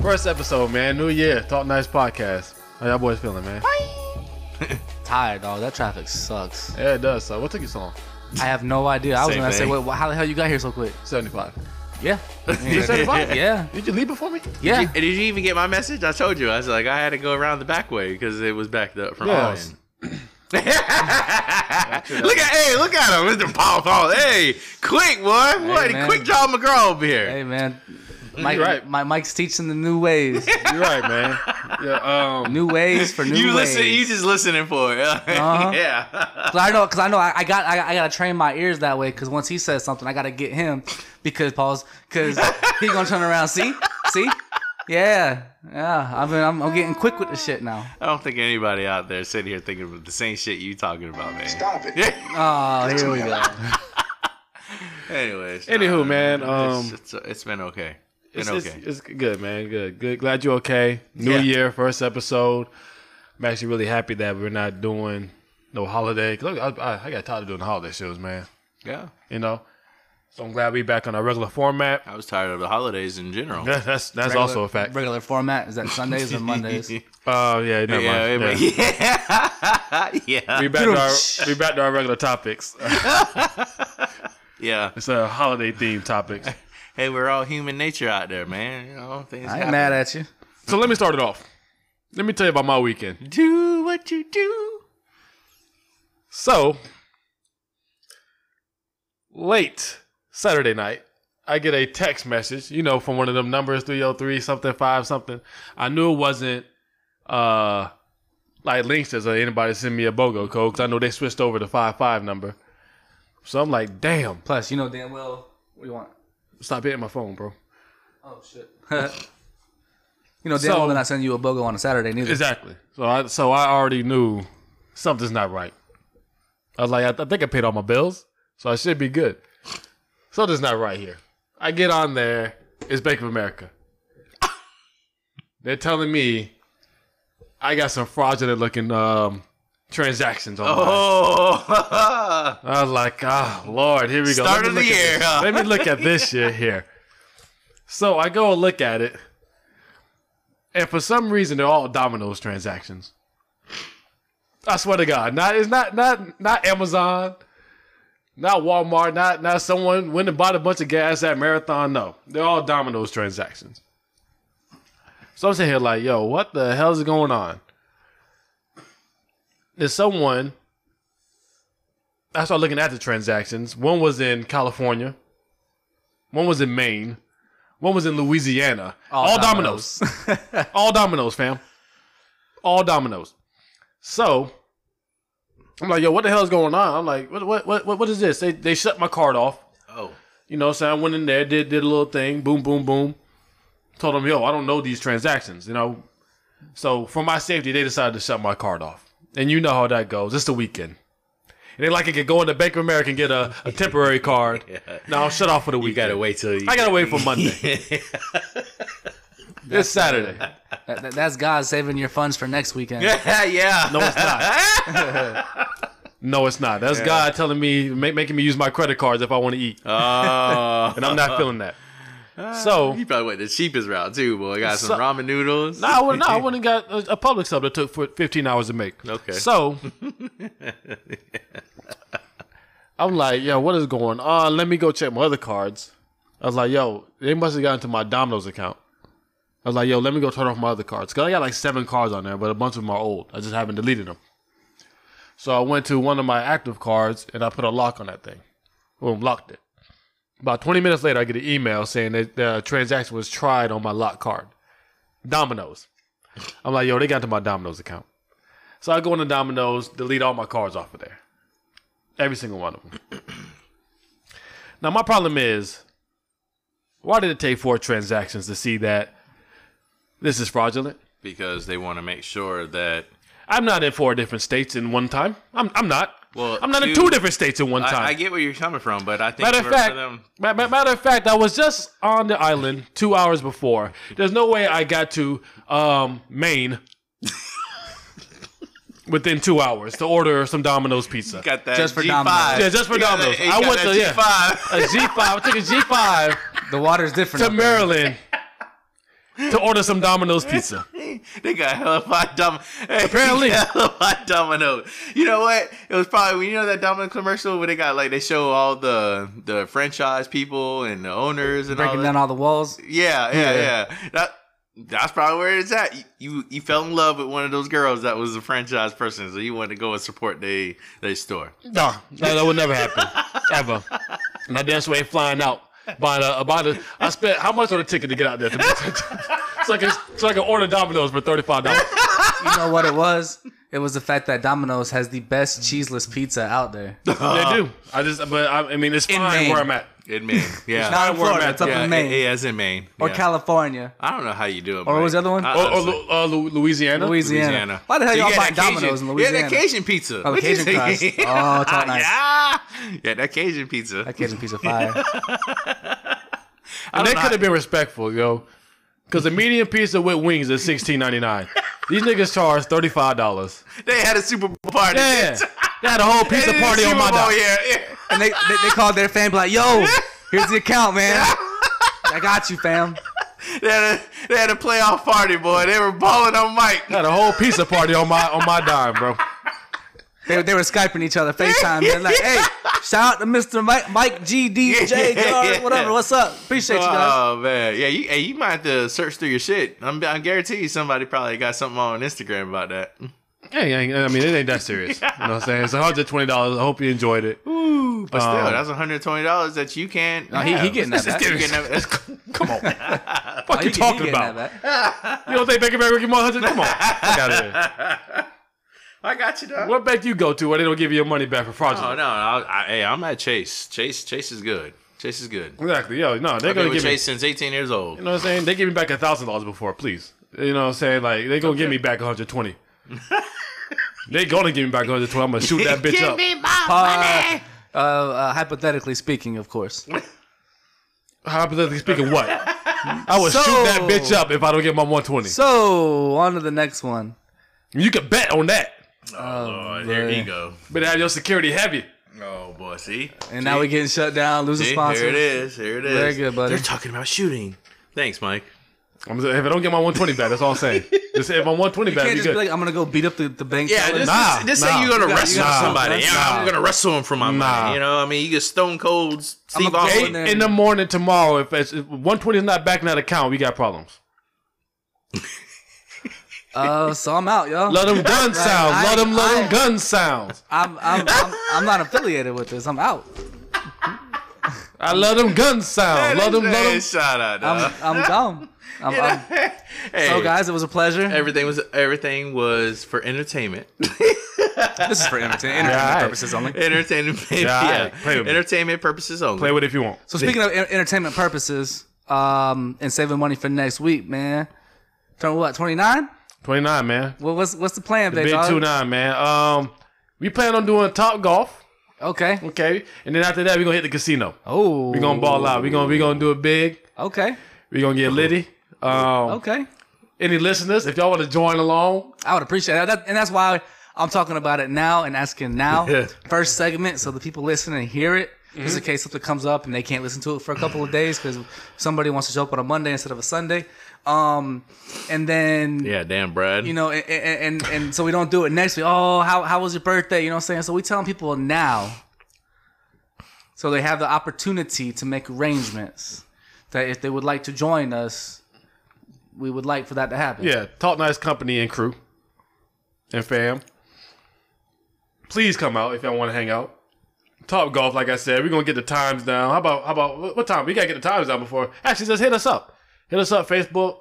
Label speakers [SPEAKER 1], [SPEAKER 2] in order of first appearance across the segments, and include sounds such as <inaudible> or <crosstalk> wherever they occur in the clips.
[SPEAKER 1] First episode, man. New year. Talk nice podcast. How y'all boys feeling, man?
[SPEAKER 2] Tired, dog. That traffic sucks.
[SPEAKER 1] Yeah, it does. So what took you so long?
[SPEAKER 2] I have no idea. I was
[SPEAKER 3] Same
[SPEAKER 2] gonna say,
[SPEAKER 3] thing.
[SPEAKER 2] wait, wh- how the hell you got here so quick?
[SPEAKER 1] <laughs> Seventy-five.
[SPEAKER 2] Yeah.
[SPEAKER 1] You said five?
[SPEAKER 2] <laughs> yeah.
[SPEAKER 1] Did you leave before me?
[SPEAKER 2] Yeah.
[SPEAKER 3] Did you, did you even get my message? I told you. I was like, I had to go around the back way because it was backed up from all
[SPEAKER 1] Yes.
[SPEAKER 3] in. look <laughs> at hey, look at him, Mr. Paul Paul. Hey, quick boy, what?
[SPEAKER 2] man.
[SPEAKER 3] Quick John McGraw over here.
[SPEAKER 2] Hey, man. Mike,
[SPEAKER 1] right.
[SPEAKER 2] my Mike's teaching the new ways.
[SPEAKER 1] You're right, man. Yeah. Um.
[SPEAKER 2] new ways for new
[SPEAKER 3] you
[SPEAKER 2] ways.
[SPEAKER 3] listen. You just listening for it. <laughs>
[SPEAKER 2] Uh-huh.
[SPEAKER 3] yeah.
[SPEAKER 2] 'Cause I know, cause I know, I, I got, I, I gotta train my ears that way. Cause once he says something, I gotta get him. Because pause. Cause he gonna turn around. See, see. Yeah, yeah. I mean, I'm, I'm getting quick with the shit now.
[SPEAKER 3] I don't think anybody out there sitting here thinking about the same shit you talking about, man.
[SPEAKER 4] Stop it.
[SPEAKER 2] Oh, here we go.
[SPEAKER 3] <laughs> Anyways.
[SPEAKER 1] Anywho,
[SPEAKER 3] nah,
[SPEAKER 1] man, um,
[SPEAKER 3] it's, it's, it's been okay. Been
[SPEAKER 1] It's,
[SPEAKER 3] okay.
[SPEAKER 1] it's, it's good, man. Good, good. Glad you're okay. New
[SPEAKER 3] Yeah.
[SPEAKER 1] year, first episode. I'm actually really happy that we're not doing no holiday. 'Cause I, I, I got tired of doing the holiday shows, man.
[SPEAKER 3] yeah.
[SPEAKER 1] You know. So I'm glad we back on our regular format.
[SPEAKER 3] I was tired of the holidays in general.
[SPEAKER 1] Yeah, that's that's
[SPEAKER 2] Regular-
[SPEAKER 1] also a fact.
[SPEAKER 2] Regular format is that Sundays or
[SPEAKER 3] <laughs>
[SPEAKER 2] Mondays?
[SPEAKER 1] Oh yeah, never
[SPEAKER 3] yeah,
[SPEAKER 1] mind.
[SPEAKER 3] it-
[SPEAKER 1] Yeah.
[SPEAKER 3] yeah. <laughs> yeah.
[SPEAKER 1] We back to our <laughs> we back to our regular topics.
[SPEAKER 3] Yeah.
[SPEAKER 1] It's a holiday themed topics.
[SPEAKER 3] Hey, we're all human nature out there, man. You know, things
[SPEAKER 2] I ain't
[SPEAKER 3] happen.
[SPEAKER 2] mad at you.
[SPEAKER 1] <laughs> So let me start it off. Let me tell you about my weekend.
[SPEAKER 3] Do what you do.
[SPEAKER 1] So late Saturday night, I get a text message, you know, from one of them numbers, 303 something five something. I knew it wasn't uh like Linksters or anybody send me a BOGO code because I know they switched over to five five number. So I'm like, damn,
[SPEAKER 2] Plus, you know damn well what you want.
[SPEAKER 1] stop hitting my phone, bro.
[SPEAKER 2] Oh shit. <laughs> you know damn
[SPEAKER 1] So-
[SPEAKER 2] well they're not sending you a bogo on a Saturday neither.
[SPEAKER 1] Exactly. So I so I already knew something's not right. I was like, I, I think I paid all my bills, so I should be good. Something's not right here. I get on there. It's Bank of America. They're telling me I got some fraudulent looking um, transactions on. Oh.
[SPEAKER 3] Oh.
[SPEAKER 1] I was like, ah, Lord, here we go.
[SPEAKER 3] Start
[SPEAKER 1] Let me
[SPEAKER 3] of the
[SPEAKER 1] look at
[SPEAKER 3] year,
[SPEAKER 1] this.
[SPEAKER 3] huh?
[SPEAKER 1] Let me look at
[SPEAKER 3] <laughs>
[SPEAKER 1] this shit here. So I go and look at it, and for some reason they're all Domino's transactions. I swear to God, not it's not not not Amazon, not Walmart, not not someone went and bought a bunch of gas at Marathon. No, they're all Domino's transactions. So I'm sitting here like, yo, what the hell is going on? There's someone. I started looking at the transactions. One was in California. One was in Maine. One was in Louisiana. All, Domino's. <laughs> All dominoes, fam. All dominoes. So I'm like, yo, what the hell is going on? I'm like, what what what what- what is this? They they shut my card off.
[SPEAKER 3] <laughs> Oh.
[SPEAKER 1] You know, so I went in there, did did a little thing, boom, boom, boom. Told them, yo, I don't know these transactions, you know. So for my safety, they decided to shut my card off. And you know how that goes. It's the weekend. And they like it could go into Bank of America and get a, a temporary
[SPEAKER 3] <laughs>
[SPEAKER 1] card. Now I'm shut off for the
[SPEAKER 3] You
[SPEAKER 1] weekend.
[SPEAKER 3] gotta wait till you.
[SPEAKER 1] I <laughs> gotta wait for
[SPEAKER 3] <laughs>
[SPEAKER 1] Monday. it's Saturday.
[SPEAKER 2] <laughs> That- that- that's God saving your funds for next weekend.
[SPEAKER 3] yeah, <laughs> yeah.
[SPEAKER 1] No, it's not.
[SPEAKER 3] <laughs>
[SPEAKER 1] no, it's not. That's God telling me, ma- making me use my credit cards if I want to eat, <laughs>
[SPEAKER 3] Oh.
[SPEAKER 1] and I'm not feeling
[SPEAKER 3] <laughs>
[SPEAKER 1] that. So
[SPEAKER 3] You probably went the cheapest route too, boy. Got some
[SPEAKER 1] So-
[SPEAKER 3] ramen noodles.
[SPEAKER 1] no, I wouldn't. No, I wouldn't got a, a public sub that took for 15 hours to make.
[SPEAKER 3] Okay.
[SPEAKER 1] So I'm like, yo, what is going on? Let me go check my other cards. I was like, yo, they must have gotten to my Domino's account. I was like, yo, let me go turn off my other cards. Cause I got like seven cards on there, but a bunch of them are old. I just haven't deleted them. So I went to one of my active cards and I put a lock on that thing. Boom, locked it. About 20 minutes later, I get an email saying that the transaction was tried on my locked card. Domino's. I'm like, yo, they got to my Domino's account. So I go into Domino's, delete all my cards off of there. Every single one of them. <clears throat> now, my problem is why did it take four transactions to see that this is fraudulent?
[SPEAKER 3] Because they want to make sure that
[SPEAKER 1] I'm not in four different states in one time. I'm, I'm not.
[SPEAKER 3] Well,
[SPEAKER 1] I'm not in
[SPEAKER 3] you-
[SPEAKER 1] two different states in one time.
[SPEAKER 3] I, I get where you're coming from, but I think
[SPEAKER 1] Matter of
[SPEAKER 3] for,
[SPEAKER 1] fact,
[SPEAKER 3] for them,
[SPEAKER 1] ma- ma- matter of fact, I was just on the island two hours before. There's no way I got to um, Maine
[SPEAKER 3] <laughs>
[SPEAKER 1] within two hours to order some Domino's pizza.
[SPEAKER 3] got that
[SPEAKER 2] Just for
[SPEAKER 3] G5.
[SPEAKER 2] Domino's.
[SPEAKER 1] Yeah, just for
[SPEAKER 3] You got
[SPEAKER 1] Domino's.
[SPEAKER 3] that- you
[SPEAKER 1] I
[SPEAKER 3] got
[SPEAKER 1] went
[SPEAKER 3] that
[SPEAKER 1] to- yeah.
[SPEAKER 3] G5.
[SPEAKER 1] A G5. I took a G5
[SPEAKER 2] The water's different.
[SPEAKER 1] to
[SPEAKER 2] up there.
[SPEAKER 1] Maryland. to order some Domino's pizza.
[SPEAKER 3] <laughs> they got hella five dom. <laughs>
[SPEAKER 1] Apparently.
[SPEAKER 3] hella five domino. You know what? It was probably you know that domino commercial where they got like they show all the the franchise people and the owners and all
[SPEAKER 2] breaking
[SPEAKER 3] that.
[SPEAKER 2] down all the walls.
[SPEAKER 3] Yeah, yeah,
[SPEAKER 1] Yeah.
[SPEAKER 3] yeah. That that's probably where it's at. You, you you fell in love with one of those girls that was a franchise person, so you wanted to go and support they they store.
[SPEAKER 1] No, no, that would never happen, ever. And I danced away flying out. Buying a, buying a, I spent how much on a ticket to get out there? <laughs> so I can so I can order Domino's for thirty five dollars.
[SPEAKER 2] You know what it was? It was the fact that Domino's has the best cheeseless pizza out
[SPEAKER 3] <laughs>
[SPEAKER 2] there.
[SPEAKER 1] They do. I just, but I, I mean, it's fine
[SPEAKER 2] Maine.
[SPEAKER 1] where I'm at.
[SPEAKER 2] <laughs>
[SPEAKER 3] In Maine, yeah.
[SPEAKER 2] Not in
[SPEAKER 1] where I'm
[SPEAKER 2] Florida,
[SPEAKER 1] at.
[SPEAKER 2] it's up
[SPEAKER 3] yeah,
[SPEAKER 2] in Maine
[SPEAKER 3] it- yeah, it's in Maine.
[SPEAKER 2] or
[SPEAKER 3] yeah.
[SPEAKER 2] California.
[SPEAKER 3] I don't know how you do it.
[SPEAKER 2] Or what was the other one?
[SPEAKER 3] Mike. I
[SPEAKER 1] Or, or,
[SPEAKER 3] honestly-
[SPEAKER 1] Lu- uh, Lu- Louisiana.
[SPEAKER 2] Louisiana.
[SPEAKER 3] Louisiana.
[SPEAKER 2] Why the hell
[SPEAKER 3] So you
[SPEAKER 2] y'all
[SPEAKER 3] get
[SPEAKER 2] buy
[SPEAKER 3] that Cajun-
[SPEAKER 2] Domino's in
[SPEAKER 3] Yeah,
[SPEAKER 2] Louisiana?
[SPEAKER 3] that Cajun pizza.
[SPEAKER 2] Oh, the
[SPEAKER 3] What you
[SPEAKER 2] Cajun
[SPEAKER 3] say? <laughs>
[SPEAKER 2] crust. Oh, it's all nice.
[SPEAKER 3] Yeah, yeah, that Cajun pizza.
[SPEAKER 2] That Cajun pizza
[SPEAKER 3] <laughs>
[SPEAKER 2] fire.
[SPEAKER 1] And
[SPEAKER 3] don't
[SPEAKER 1] they
[SPEAKER 3] know
[SPEAKER 1] could
[SPEAKER 3] how-
[SPEAKER 1] have been respectful, yo. Because the medium pizza with wings is sixteen ninety nine. These niggas charge thirty five dollars.
[SPEAKER 3] They had a Super Bowl party. <laughs>
[SPEAKER 1] Yeah, they had a whole
[SPEAKER 3] They
[SPEAKER 1] pizza
[SPEAKER 3] did a
[SPEAKER 1] party
[SPEAKER 3] Super
[SPEAKER 1] on my
[SPEAKER 3] Bowl,
[SPEAKER 1] dime.
[SPEAKER 3] Yeah, yeah. <laughs>
[SPEAKER 2] and they, they they called their fam be like, "Yo, here's the account, man. I got you, fam."
[SPEAKER 3] They had, a, they had a playoff party, boy. They were balling
[SPEAKER 2] <laughs>
[SPEAKER 3] on Mike.
[SPEAKER 1] They had a whole pizza party on my on my dime, bro.
[SPEAKER 2] They, they were skyping each other, Facetime, man. Like, hey, shout out to Mr. Mike, Mike G D J Jarvis,
[SPEAKER 3] Yeah.
[SPEAKER 2] whatever. What's up? Appreciate you guys.
[SPEAKER 3] Oh man, yeah. You, hey, you might have to search through your shit. I'm, I guarantee you somebody probably got something on Instagram about that.
[SPEAKER 1] Yeah, yeah. I mean, it ain't that <laughs> serious. You know what I'm saying? It's one hundred twenty dollars. I hope you enjoyed it.
[SPEAKER 3] Ooh, but still,
[SPEAKER 1] Um,
[SPEAKER 3] that's 120 dollars that you can't.
[SPEAKER 2] he- he
[SPEAKER 3] have. <laughs>
[SPEAKER 2] getting that back.
[SPEAKER 3] You getting that- that's-
[SPEAKER 2] <laughs>
[SPEAKER 1] Come on, what
[SPEAKER 2] Oh,
[SPEAKER 1] fuck you
[SPEAKER 2] he- he
[SPEAKER 1] talking
[SPEAKER 2] getting
[SPEAKER 1] about?
[SPEAKER 2] that back.
[SPEAKER 1] You don't think Baker Baker give you more hundred? Come on, fuck out of here.
[SPEAKER 3] I got you, dog.
[SPEAKER 1] What bank you go to where they don't give you your money back for fraudulent?
[SPEAKER 3] Oh no, I, I, hey, I'm at Chase. Chase, Chase is good. Chase is good.
[SPEAKER 1] Exactly. Yo, no, they're
[SPEAKER 3] I've been
[SPEAKER 1] gonna
[SPEAKER 3] with
[SPEAKER 1] give me. Oh,
[SPEAKER 3] Chase since 18 years old.
[SPEAKER 1] You know what I'm saying? They give me back a thousand dollars before, please. You know what I'm saying? Like they gonna give me back 120. <laughs> they gonna give me back 120. I'm gonna shoot <laughs> that bitch up.
[SPEAKER 2] Uh, uh, uh, hypothetically speaking, of course.
[SPEAKER 1] Hypothetically speaking, <laughs> what? I would
[SPEAKER 2] So-
[SPEAKER 1] shoot that bitch up if I don't get my 120.
[SPEAKER 2] So on to the next one.
[SPEAKER 1] you can bet on that.
[SPEAKER 3] Oh, Lord, here
[SPEAKER 2] boy.
[SPEAKER 3] you go.
[SPEAKER 1] Better have your security heavy.
[SPEAKER 3] Oh boy, see,
[SPEAKER 2] And now we're getting shut down, losing
[SPEAKER 3] see,
[SPEAKER 2] sponsors.
[SPEAKER 3] here it is. Here it is.
[SPEAKER 2] Very good, buddy.
[SPEAKER 3] They're talking about shooting. Thanks, Mike.
[SPEAKER 1] I'm saying, if I don't get my 120 back, that's all I'm
[SPEAKER 2] <laughs>
[SPEAKER 1] saying. Just, if I'm 120
[SPEAKER 2] You
[SPEAKER 1] back,
[SPEAKER 2] can't
[SPEAKER 1] be
[SPEAKER 2] just be
[SPEAKER 1] good.
[SPEAKER 2] like, I'm gonna go beat up the, the bank.
[SPEAKER 3] Yeah,
[SPEAKER 2] teller."
[SPEAKER 3] this,
[SPEAKER 1] Nah,
[SPEAKER 3] this, this
[SPEAKER 1] nah.
[SPEAKER 3] ain't you
[SPEAKER 2] You
[SPEAKER 3] gonna
[SPEAKER 2] gotta- you
[SPEAKER 3] wrestle
[SPEAKER 2] gotta-
[SPEAKER 3] somebody.
[SPEAKER 2] that's-
[SPEAKER 3] Yeah, I'm
[SPEAKER 1] nah.
[SPEAKER 3] gonna wrestle him from my
[SPEAKER 1] Nah.
[SPEAKER 3] mind. You know, I mean, you get Stone Cold Steve
[SPEAKER 2] go
[SPEAKER 3] Austin.
[SPEAKER 2] in there.
[SPEAKER 1] Eight in the morning tomorrow, if, it's, if 120 is not back in that account, we got problems.
[SPEAKER 2] Uh, so I'm out, y'all. <laughs>
[SPEAKER 1] Let them gun sounds.
[SPEAKER 2] I-
[SPEAKER 1] Let them let them
[SPEAKER 2] I-
[SPEAKER 1] gun sounds.
[SPEAKER 2] I'm, I'm, I'm, I'm not affiliated with this. I'm out.
[SPEAKER 1] I love them gun sounds. Love them. Love
[SPEAKER 3] Hey,
[SPEAKER 1] them.
[SPEAKER 3] shout out.
[SPEAKER 2] I'm,
[SPEAKER 3] dog.
[SPEAKER 2] I'm gone. I'm, I'm,
[SPEAKER 3] hey,
[SPEAKER 2] so guys, it was a pleasure.
[SPEAKER 3] everything was everything was for entertainment. <laughs>
[SPEAKER 2] This is for entertainment,
[SPEAKER 1] Yeah, all right.
[SPEAKER 2] purposes only.
[SPEAKER 3] entertainment,
[SPEAKER 1] Yeah,
[SPEAKER 3] yeah,
[SPEAKER 1] play with me.
[SPEAKER 3] entertainment purposes only.
[SPEAKER 1] Play with it if you want.
[SPEAKER 2] So speaking of en- entertainment purposes, um, and saving money for next week, man. Turn what? Twenty nine?
[SPEAKER 1] 29, man.
[SPEAKER 2] Well, what's what's the plan, big
[SPEAKER 1] Big
[SPEAKER 2] dog?
[SPEAKER 1] two nine, man. Um, we plan on doing top golf,
[SPEAKER 2] Okay.
[SPEAKER 1] okay, and then after that we're gonna hit the casino.
[SPEAKER 2] Oh,
[SPEAKER 1] We're gonna ball out. We're gonna we gonna do it big.
[SPEAKER 2] Okay.
[SPEAKER 1] We're gonna get litty. Um,
[SPEAKER 2] Okay.
[SPEAKER 1] any listeners, if y'all want to join along,
[SPEAKER 2] I would appreciate that. that, and that's why I'm talking about it now and asking now. First segment, so the people listen and hear it.
[SPEAKER 1] Mm-hmm.
[SPEAKER 2] Just in case something comes up and they can't listen to it for a couple of days because somebody wants to show up on a Monday instead of a Sunday. Um, and then
[SPEAKER 3] yeah, damn, Brad.
[SPEAKER 2] you know, and, and and and so we don't do it next week. Oh, how how was your birthday? You know what I'm saying? So we telling people now, so they have the opportunity to make arrangements that if they would like to join us, we would like for that to happen.
[SPEAKER 1] yeah, talk nice company and crew, and fam. Please come out if y'all want to hang out. Top golf, like I said, we're gonna get the times down. How about how about what- what time? We gotta get the times down before. Actually, just hit us up. Hit us up Facebook,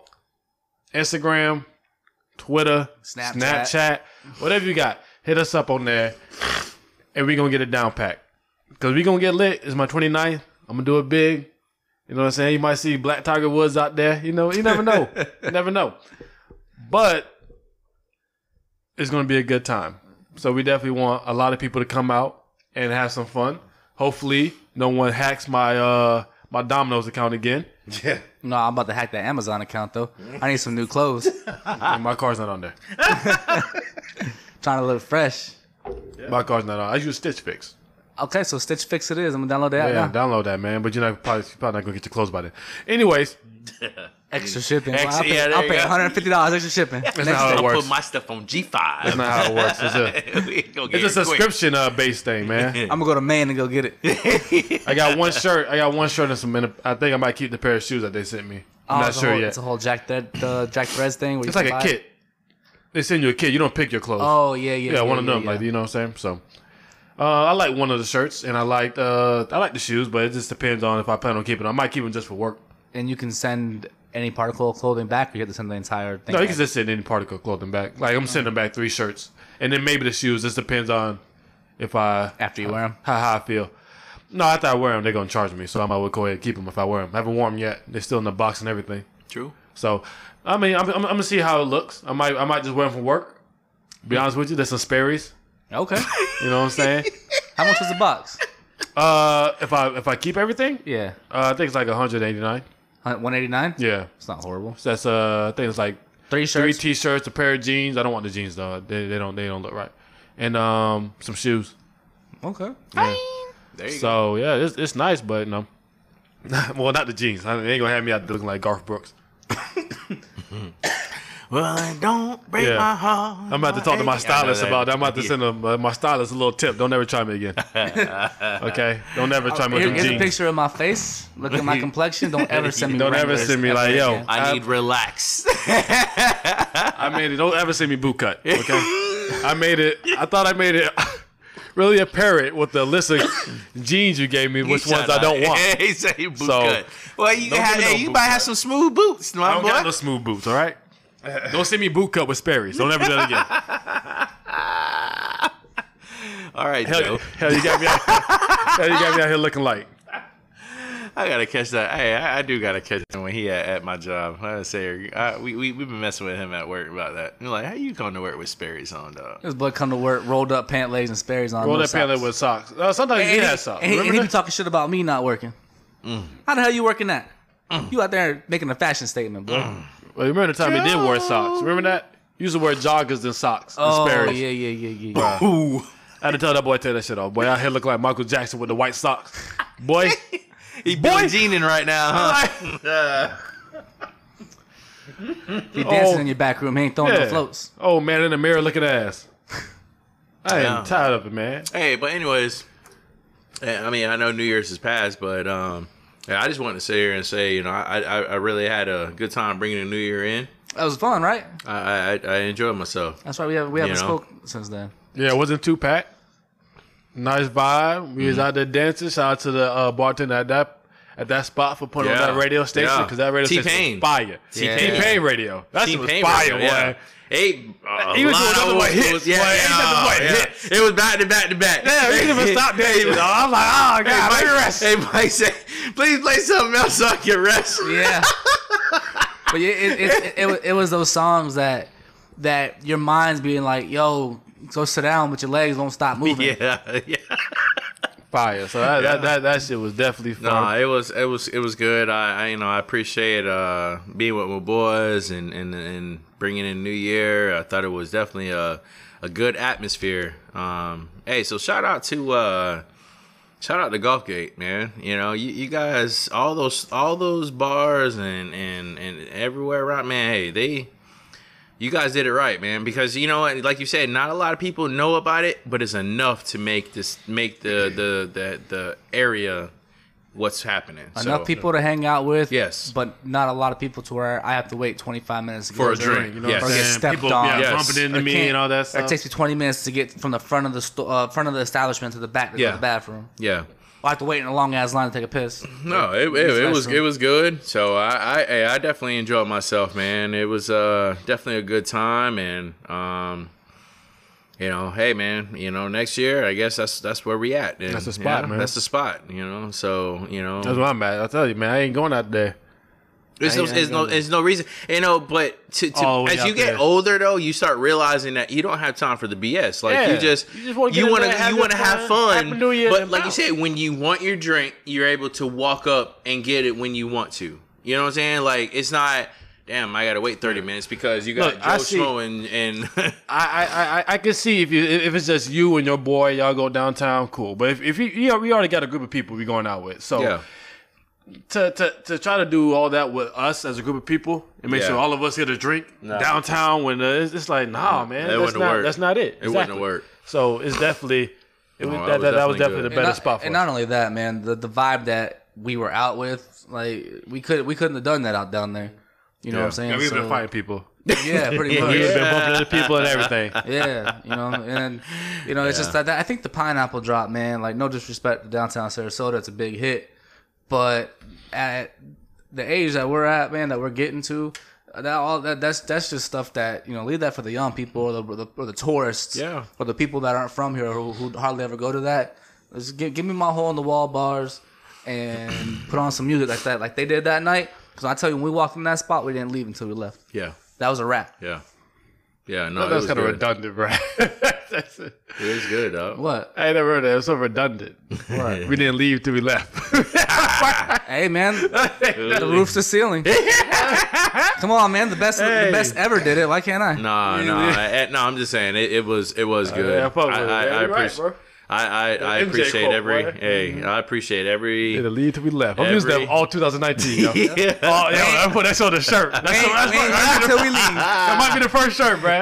[SPEAKER 1] Instagram, Twitter,
[SPEAKER 2] Snapchat.
[SPEAKER 1] Snapchat, whatever you got. Hit us up on there, and we gonna get it down packed. Cause we gonna get lit. It's my 29th. I'm gonna do it big. You know what I'm saying? You might see Black Tiger Woods out there. You know, you never know. you never know. But it's gonna be a good time. So we definitely want a lot of people to come out and have some fun. Hopefully, no one hacks my uh my Domino's account again.
[SPEAKER 2] No, I'm about to hack that Amazon account though. I need some new clothes.
[SPEAKER 1] And my car's not on there.
[SPEAKER 2] trying to look fresh.
[SPEAKER 1] My car's not on. I use Stitch Fix.
[SPEAKER 2] Okay, so Stitch Fix it is. I'm gonna download that.
[SPEAKER 1] Yeah,
[SPEAKER 2] now.
[SPEAKER 1] download that, man. But you're not probably, you're probably not gonna get your clothes by then. Anyways,
[SPEAKER 2] Extra shipping. Well,
[SPEAKER 3] Ex-
[SPEAKER 2] I'll pay,
[SPEAKER 3] yeah, there
[SPEAKER 2] I'll
[SPEAKER 3] you
[SPEAKER 2] pay
[SPEAKER 3] go.
[SPEAKER 2] $150 extra shipping. Next
[SPEAKER 1] how it
[SPEAKER 2] time.
[SPEAKER 3] I'll
[SPEAKER 1] works.
[SPEAKER 3] put my stuff on G five. <laughs>
[SPEAKER 1] That's not how it works. It's a, it's a subscription uh, based thing, man.
[SPEAKER 2] <laughs> I'm going to go to Maine and
[SPEAKER 1] <laughs>
[SPEAKER 2] go get it.
[SPEAKER 1] I got one shirt. I got one shirt and some. and I think I might keep the pair of shoes that they sent me. I'm
[SPEAKER 2] Oh,
[SPEAKER 1] not
[SPEAKER 2] it's a
[SPEAKER 1] sure
[SPEAKER 2] whole-
[SPEAKER 1] yet.
[SPEAKER 2] It's a whole Jack Thread, the Jack Threads thing. Where you
[SPEAKER 1] It's like
[SPEAKER 2] can
[SPEAKER 1] a
[SPEAKER 2] buy it.
[SPEAKER 1] kit. They send you a kit. You don't pick your clothes.
[SPEAKER 2] Oh, yeah, yeah.
[SPEAKER 1] yeah, one of
[SPEAKER 2] yeah,
[SPEAKER 1] them.
[SPEAKER 2] yeah.
[SPEAKER 1] Like you know what I'm saying. So, uh, I like one of the shirts, and I like uh, I like the shoes, but it just depends on if I plan on keeping. them. I might keep them just for work.
[SPEAKER 2] and you can send any particle of clothing back, or you have to send the entire thing.
[SPEAKER 1] No, you
[SPEAKER 2] back.
[SPEAKER 1] can just send any particle of clothing back. Like I'm sending back three shirts, and then maybe the shoes. Just depends on if I
[SPEAKER 2] after you wear them.
[SPEAKER 1] how, how I feel. No, after I wear them, they're gonna charge me, so I might well go ahead and keep them if I wear them. I haven't worn them yet. They're still in the box and everything.
[SPEAKER 3] True.
[SPEAKER 1] So, I mean, I'm, I'm, I'm gonna see how it looks. I might I might just wear them for work. Be honest with you, there's some Sperry's.
[SPEAKER 2] Okay.
[SPEAKER 1] You know what I'm saying?
[SPEAKER 2] How much was the box?
[SPEAKER 1] uh, if I if I keep everything,
[SPEAKER 2] Yeah,
[SPEAKER 1] uh, I think it's like 189.
[SPEAKER 2] one eighty nine.
[SPEAKER 1] Yeah,
[SPEAKER 2] It's not horrible.
[SPEAKER 1] so that's uh, I think it's like
[SPEAKER 2] Three
[SPEAKER 1] three
[SPEAKER 2] shirts.
[SPEAKER 1] t-shirts, a pair of jeans. I don't want the jeans though. They, they don't they don't look right. And um, some shoes.
[SPEAKER 2] okay.
[SPEAKER 1] Yeah.
[SPEAKER 3] There you go.
[SPEAKER 1] So yeah, it's it's nice, but no. <laughs> well, not the jeans. I- They ain't gonna have me out looking like Garth Brooks.
[SPEAKER 3] Well, don't break
[SPEAKER 1] Yeah.
[SPEAKER 3] my heart.
[SPEAKER 1] I'm about to talk to my stylist about that. I'm about to
[SPEAKER 3] Yeah.
[SPEAKER 1] send him, uh, my stylist a little tip. Don't ever try me again. okay? Don't ever try me
[SPEAKER 2] Here,
[SPEAKER 1] with
[SPEAKER 2] here's
[SPEAKER 1] them
[SPEAKER 2] a
[SPEAKER 1] jeans.
[SPEAKER 2] picture of my face. Look at
[SPEAKER 1] <laughs>
[SPEAKER 2] my complexion. Don't ever send me.
[SPEAKER 1] Don't ever
[SPEAKER 2] Wranglers
[SPEAKER 1] send me like, yo.
[SPEAKER 2] again.
[SPEAKER 3] I
[SPEAKER 1] I-
[SPEAKER 3] need relax. <laughs>
[SPEAKER 1] I made it. Don't ever see me boot cut. Okay? I made it. I thought I made it <laughs> really a parrot with the list of <laughs> jeans you gave me, which
[SPEAKER 3] He said
[SPEAKER 1] ones I
[SPEAKER 3] <laughs>
[SPEAKER 1] don't want.
[SPEAKER 3] he said he boot
[SPEAKER 1] So,
[SPEAKER 3] cut. Well, you,
[SPEAKER 1] don't
[SPEAKER 3] have,
[SPEAKER 1] give me no
[SPEAKER 3] hey, you
[SPEAKER 1] boot
[SPEAKER 3] might
[SPEAKER 1] cut.
[SPEAKER 3] have some smooth boots, my
[SPEAKER 1] I don't
[SPEAKER 3] boy.
[SPEAKER 1] got no smooth boots, all right? Don't see me boot cut with Sperry's. Don't ever do that again.
[SPEAKER 3] All right,
[SPEAKER 1] Hell,
[SPEAKER 3] Joe.
[SPEAKER 1] hell, you got me out hell, you got me out here looking like.
[SPEAKER 3] I gotta catch that. Hey, I, I do gotta catch him when he at, at my job. I gotta say, I, we we we've been messing with him at work about that. You're like, how you come to work with Sperry's on, dog?
[SPEAKER 2] This boy come to work, rolled up pant legs and Sperry's on.
[SPEAKER 1] Roll
[SPEAKER 2] no
[SPEAKER 1] that pant leg
[SPEAKER 2] socks.
[SPEAKER 1] with socks. Uh, sometimes
[SPEAKER 2] And
[SPEAKER 1] he
[SPEAKER 2] he-
[SPEAKER 1] has socks.
[SPEAKER 2] And he, and
[SPEAKER 1] Remember
[SPEAKER 2] he be
[SPEAKER 1] that? Mm.
[SPEAKER 2] talking shit about me not working. How the hell you working that? You out there making a fashion statement, boy.
[SPEAKER 1] Mm. Well, remember the time he did wear socks? Remember that? He used to wear joggers and socks and
[SPEAKER 2] Oh yeah,
[SPEAKER 1] Sperry's.
[SPEAKER 2] yeah, yeah, yeah. yeah.
[SPEAKER 3] Ooh,
[SPEAKER 1] I had to tell that boy to take that shit off. Boy, out here look like Michael Jackson with the white socks.
[SPEAKER 2] <laughs>
[SPEAKER 1] Boy,
[SPEAKER 3] he boy Jeaning right now, huh?
[SPEAKER 2] He dancing
[SPEAKER 1] Oh.
[SPEAKER 2] in your back room. He ain't throwing
[SPEAKER 1] yeah.
[SPEAKER 2] no floats.
[SPEAKER 1] Oh man, in the mirror looking ass. I am
[SPEAKER 3] Yeah.
[SPEAKER 1] tired of it, man.
[SPEAKER 3] Hey, but anyways, eh, I mean, I know New Year's has passed, but um, yeah, I just wanted to sit here and say, you know, I I, I really had a good time bringing the New Year in.
[SPEAKER 2] That was fun, right?
[SPEAKER 3] I I, I enjoyed myself.
[SPEAKER 2] That's right. We haven't we haven't
[SPEAKER 3] know.
[SPEAKER 2] spoke since then.
[SPEAKER 1] Yeah, it wasn't too packed. Nice vibe. We was
[SPEAKER 3] Mm-hmm.
[SPEAKER 1] out there dancing. Shout out to the uh, bartender at that at that spot for putting
[SPEAKER 3] Yeah.
[SPEAKER 1] on that radio station
[SPEAKER 3] Yeah.
[SPEAKER 1] because that radio station
[SPEAKER 3] T-Pain.
[SPEAKER 1] was fire.
[SPEAKER 3] Yeah.
[SPEAKER 1] T Pain radio. That shit was
[SPEAKER 3] T-Pain
[SPEAKER 1] fire,
[SPEAKER 3] record,
[SPEAKER 1] boy.
[SPEAKER 3] yeah. Hey, uh,
[SPEAKER 1] He was doing
[SPEAKER 3] Lana
[SPEAKER 1] nothing but hits,
[SPEAKER 3] was- yeah,
[SPEAKER 1] boy. He was nothing but
[SPEAKER 3] yeah, yeah.
[SPEAKER 1] hits.
[SPEAKER 3] It was back to back to back.
[SPEAKER 1] Yeah, we
[SPEAKER 3] <laughs>
[SPEAKER 1] didn't even stop dancing. dog. I'm like, oh god,
[SPEAKER 3] Hey,
[SPEAKER 1] let me
[SPEAKER 3] Mike,
[SPEAKER 1] rest.
[SPEAKER 3] hey, Mike say, please play something else so I can rest.
[SPEAKER 2] Yeah. <laughs> but yeah, it, it, it, it, wa- it was those songs that that your mind's being like, yo, go sit down, but your legs won't stop moving.
[SPEAKER 3] <laughs> Yeah, yeah.
[SPEAKER 1] Fire. So that, that, that that shit was definitely fun.
[SPEAKER 3] <laughs> Nah, it was it was it was good. I, I you know I appreciate uh, being with my boys and, and and bringing in New Year. I thought it was definitely a a good atmosphere. Um, hey, so shout out to uh, shout out to Golfgate, man. You know you, you guys all those all those bars and and and everywhere around, man. Hey, they. You guys did it right, man. Because you know what, like you said, not a lot of people know about it, but it's enough to make this make the the the, the area what's happening.
[SPEAKER 2] Enough people to hang out with,
[SPEAKER 3] Yes.
[SPEAKER 2] but not a lot of people to where I have to wait 25 minutes to get
[SPEAKER 3] For a drink,
[SPEAKER 1] You know
[SPEAKER 3] Yes.
[SPEAKER 1] what I'm
[SPEAKER 2] Or get
[SPEAKER 1] saying?
[SPEAKER 2] stepped
[SPEAKER 1] People
[SPEAKER 2] on.
[SPEAKER 1] yeah,
[SPEAKER 3] Yes.
[SPEAKER 1] bumping into
[SPEAKER 2] Or
[SPEAKER 1] me
[SPEAKER 2] can't-
[SPEAKER 1] and all that
[SPEAKER 2] It
[SPEAKER 1] stuff.
[SPEAKER 2] takes me 20 minutes to get from the front of the sto- uh, front of the establishment to the back to go
[SPEAKER 3] Yeah.
[SPEAKER 2] to the bathroom.
[SPEAKER 3] Yeah.
[SPEAKER 2] I have to wait in a long ass line to take a piss.
[SPEAKER 3] No, it, it, it was
[SPEAKER 2] restroom.
[SPEAKER 3] it was good. So I I, hey, I definitely enjoyed myself, man. It was uh definitely a good time, and um, you know, hey, man, you know, next year I guess that's that's where we at. And,
[SPEAKER 1] That's the spot,
[SPEAKER 3] yeah,
[SPEAKER 1] man.
[SPEAKER 3] That's the spot, you know. So you know,
[SPEAKER 1] That's where I'm at. I tell you, man, I ain't going out there.
[SPEAKER 3] There's no,
[SPEAKER 1] I ain't
[SPEAKER 3] there's no,
[SPEAKER 1] gonna-
[SPEAKER 3] there's no reason, you know. But to, to
[SPEAKER 1] All the way
[SPEAKER 3] as
[SPEAKER 1] out
[SPEAKER 3] you get
[SPEAKER 1] there.
[SPEAKER 3] older, though, you start realizing that you don't have time for the BS. Like you
[SPEAKER 1] Yeah.
[SPEAKER 3] just,
[SPEAKER 1] You just wanna get
[SPEAKER 3] you
[SPEAKER 1] in
[SPEAKER 3] want
[SPEAKER 1] there,
[SPEAKER 3] to,
[SPEAKER 1] have
[SPEAKER 3] you
[SPEAKER 1] your
[SPEAKER 3] want to have
[SPEAKER 1] fun,
[SPEAKER 3] fun.
[SPEAKER 1] Happy New Year,
[SPEAKER 3] but
[SPEAKER 1] and
[SPEAKER 3] like you
[SPEAKER 1] out.
[SPEAKER 3] said, when you want your drink, you're able to walk up and get it when you want to. You know what I'm saying? Like it's not, damn, I gotta wait 30 minutes because you got
[SPEAKER 1] Look, I
[SPEAKER 3] Joe
[SPEAKER 1] see-
[SPEAKER 3] Schmo and and <laughs>
[SPEAKER 1] I, I, I, I can see if you if it's just you and your boy, y'all go downtown, cool. But if, if you, you know, we already got a group of people we going out with, so
[SPEAKER 3] yeah,
[SPEAKER 1] to, to to try to do all that with us as a group of people and make
[SPEAKER 3] Yeah.
[SPEAKER 1] sure all of us get a drink downtown when uh, it's, it's like nah, man,
[SPEAKER 3] Mm. that
[SPEAKER 1] that's
[SPEAKER 3] wouldn't
[SPEAKER 1] not
[SPEAKER 3] work.
[SPEAKER 1] that's not it.
[SPEAKER 3] It wouldn't work. Oh,
[SPEAKER 1] So it's definitely it was,
[SPEAKER 3] No,
[SPEAKER 1] that, that, that was definitely
[SPEAKER 3] good.
[SPEAKER 1] the better
[SPEAKER 2] not,
[SPEAKER 1] spot for
[SPEAKER 2] and
[SPEAKER 1] us.
[SPEAKER 2] not only that, man, the, the vibe that we were out with, like we could we couldn't have done that out down there. You know what I'm saying?
[SPEAKER 1] Yeah, we've
[SPEAKER 2] So-
[SPEAKER 1] been fighting people.
[SPEAKER 2] Yeah,
[SPEAKER 1] <laughs>
[SPEAKER 2] pretty much.
[SPEAKER 1] We've
[SPEAKER 2] yeah.
[SPEAKER 1] been bumping into people and
[SPEAKER 3] <laughs>
[SPEAKER 1] everything.
[SPEAKER 3] Oh,
[SPEAKER 2] you know, and you know, it's just that, that I think the pineapple drop, man. Like, no disrespect to downtown Sarasota, it's a big hit, but at the age that we're at, man, that we're getting to, that all that that's that's just stuff that you know, leave that for the young people or the or the, or the tourists,
[SPEAKER 3] Yeah.
[SPEAKER 2] or the people that aren't from here who, who hardly ever go to that. Let's give, give me my hole in the wall bars and <clears throat> put on some music like that, like they did that night. Because I tell you, when we walked in that spot, we didn't leave until we left.
[SPEAKER 3] Yeah,
[SPEAKER 2] That was a wrap.
[SPEAKER 3] yeah, yeah. No, it
[SPEAKER 1] That's
[SPEAKER 3] was
[SPEAKER 1] kind of
[SPEAKER 3] good.
[SPEAKER 1] redundant, bro. <laughs> That's it.
[SPEAKER 3] It was good, dog.
[SPEAKER 2] What?
[SPEAKER 1] I ain't never heard that. It's so
[SPEAKER 3] <laughs>
[SPEAKER 1] redundant. We didn't leave till we left. <laughs>
[SPEAKER 2] Hey man, the roof's the
[SPEAKER 3] <laughs>
[SPEAKER 2] ceiling. Come on, man, the best the best ever did it. Why can't I?
[SPEAKER 3] No, no, I- no. eh, I'm just saying it, it was it was good.
[SPEAKER 1] Uh, yeah, I fuck with it.
[SPEAKER 3] I,
[SPEAKER 1] Yeah,
[SPEAKER 3] I,
[SPEAKER 1] you're right,
[SPEAKER 3] appreci-
[SPEAKER 1] bro.
[SPEAKER 3] I, I, I
[SPEAKER 1] MJ
[SPEAKER 3] appreciate
[SPEAKER 1] quote,
[SPEAKER 3] every.
[SPEAKER 1] boy. Mm-hmm.
[SPEAKER 3] Hey, I appreciate
[SPEAKER 1] didn't
[SPEAKER 3] every.
[SPEAKER 1] leave till we left. I'm using
[SPEAKER 3] Every-
[SPEAKER 1] that all 2019. Yo.
[SPEAKER 3] <laughs> Yeah.
[SPEAKER 1] Oh, yeah, I put that shit on the shirt. That's,
[SPEAKER 2] We ain't-
[SPEAKER 1] that's
[SPEAKER 2] we ain't
[SPEAKER 1] that might be the-
[SPEAKER 2] leaving till we leave.
[SPEAKER 3] <laughs>
[SPEAKER 1] that might be the first shirt, bro.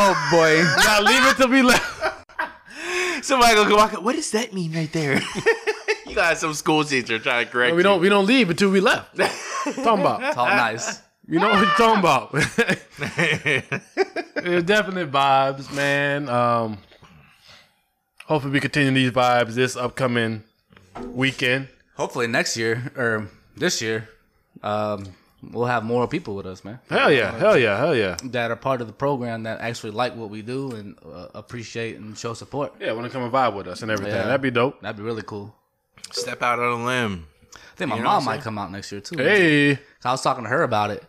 [SPEAKER 2] Oh boy.
[SPEAKER 1] Not leave it till we left.
[SPEAKER 3] Somebody gonna go walk. up, What does that mean right there? <laughs> you got some school teacher trying to correct.
[SPEAKER 1] We don't we don't leave until we left. talking about.
[SPEAKER 2] All Oh, nice.
[SPEAKER 1] You know what you're talking about. <laughs> it
[SPEAKER 3] you.
[SPEAKER 1] was definitely vibes, man. Um hopefully we continue these vibes this upcoming weekend.
[SPEAKER 2] Hopefully next year or this year, um, we'll have more people with us, man,
[SPEAKER 1] Hell yeah, hell yeah, hell yeah.
[SPEAKER 2] that are part of the program that actually like what we do and uh, appreciate and show support.
[SPEAKER 1] Yeah, wanna come and vibe with us and everything.
[SPEAKER 2] Yeah.
[SPEAKER 1] That'd be dope.
[SPEAKER 2] That'd be really cool.
[SPEAKER 3] <laughs> Step out on a limb.
[SPEAKER 2] I think my
[SPEAKER 3] know what
[SPEAKER 2] mom
[SPEAKER 3] I'm
[SPEAKER 2] might
[SPEAKER 3] saying?
[SPEAKER 2] come out next year too. man.
[SPEAKER 1] Hey.
[SPEAKER 2] I was talking to her about it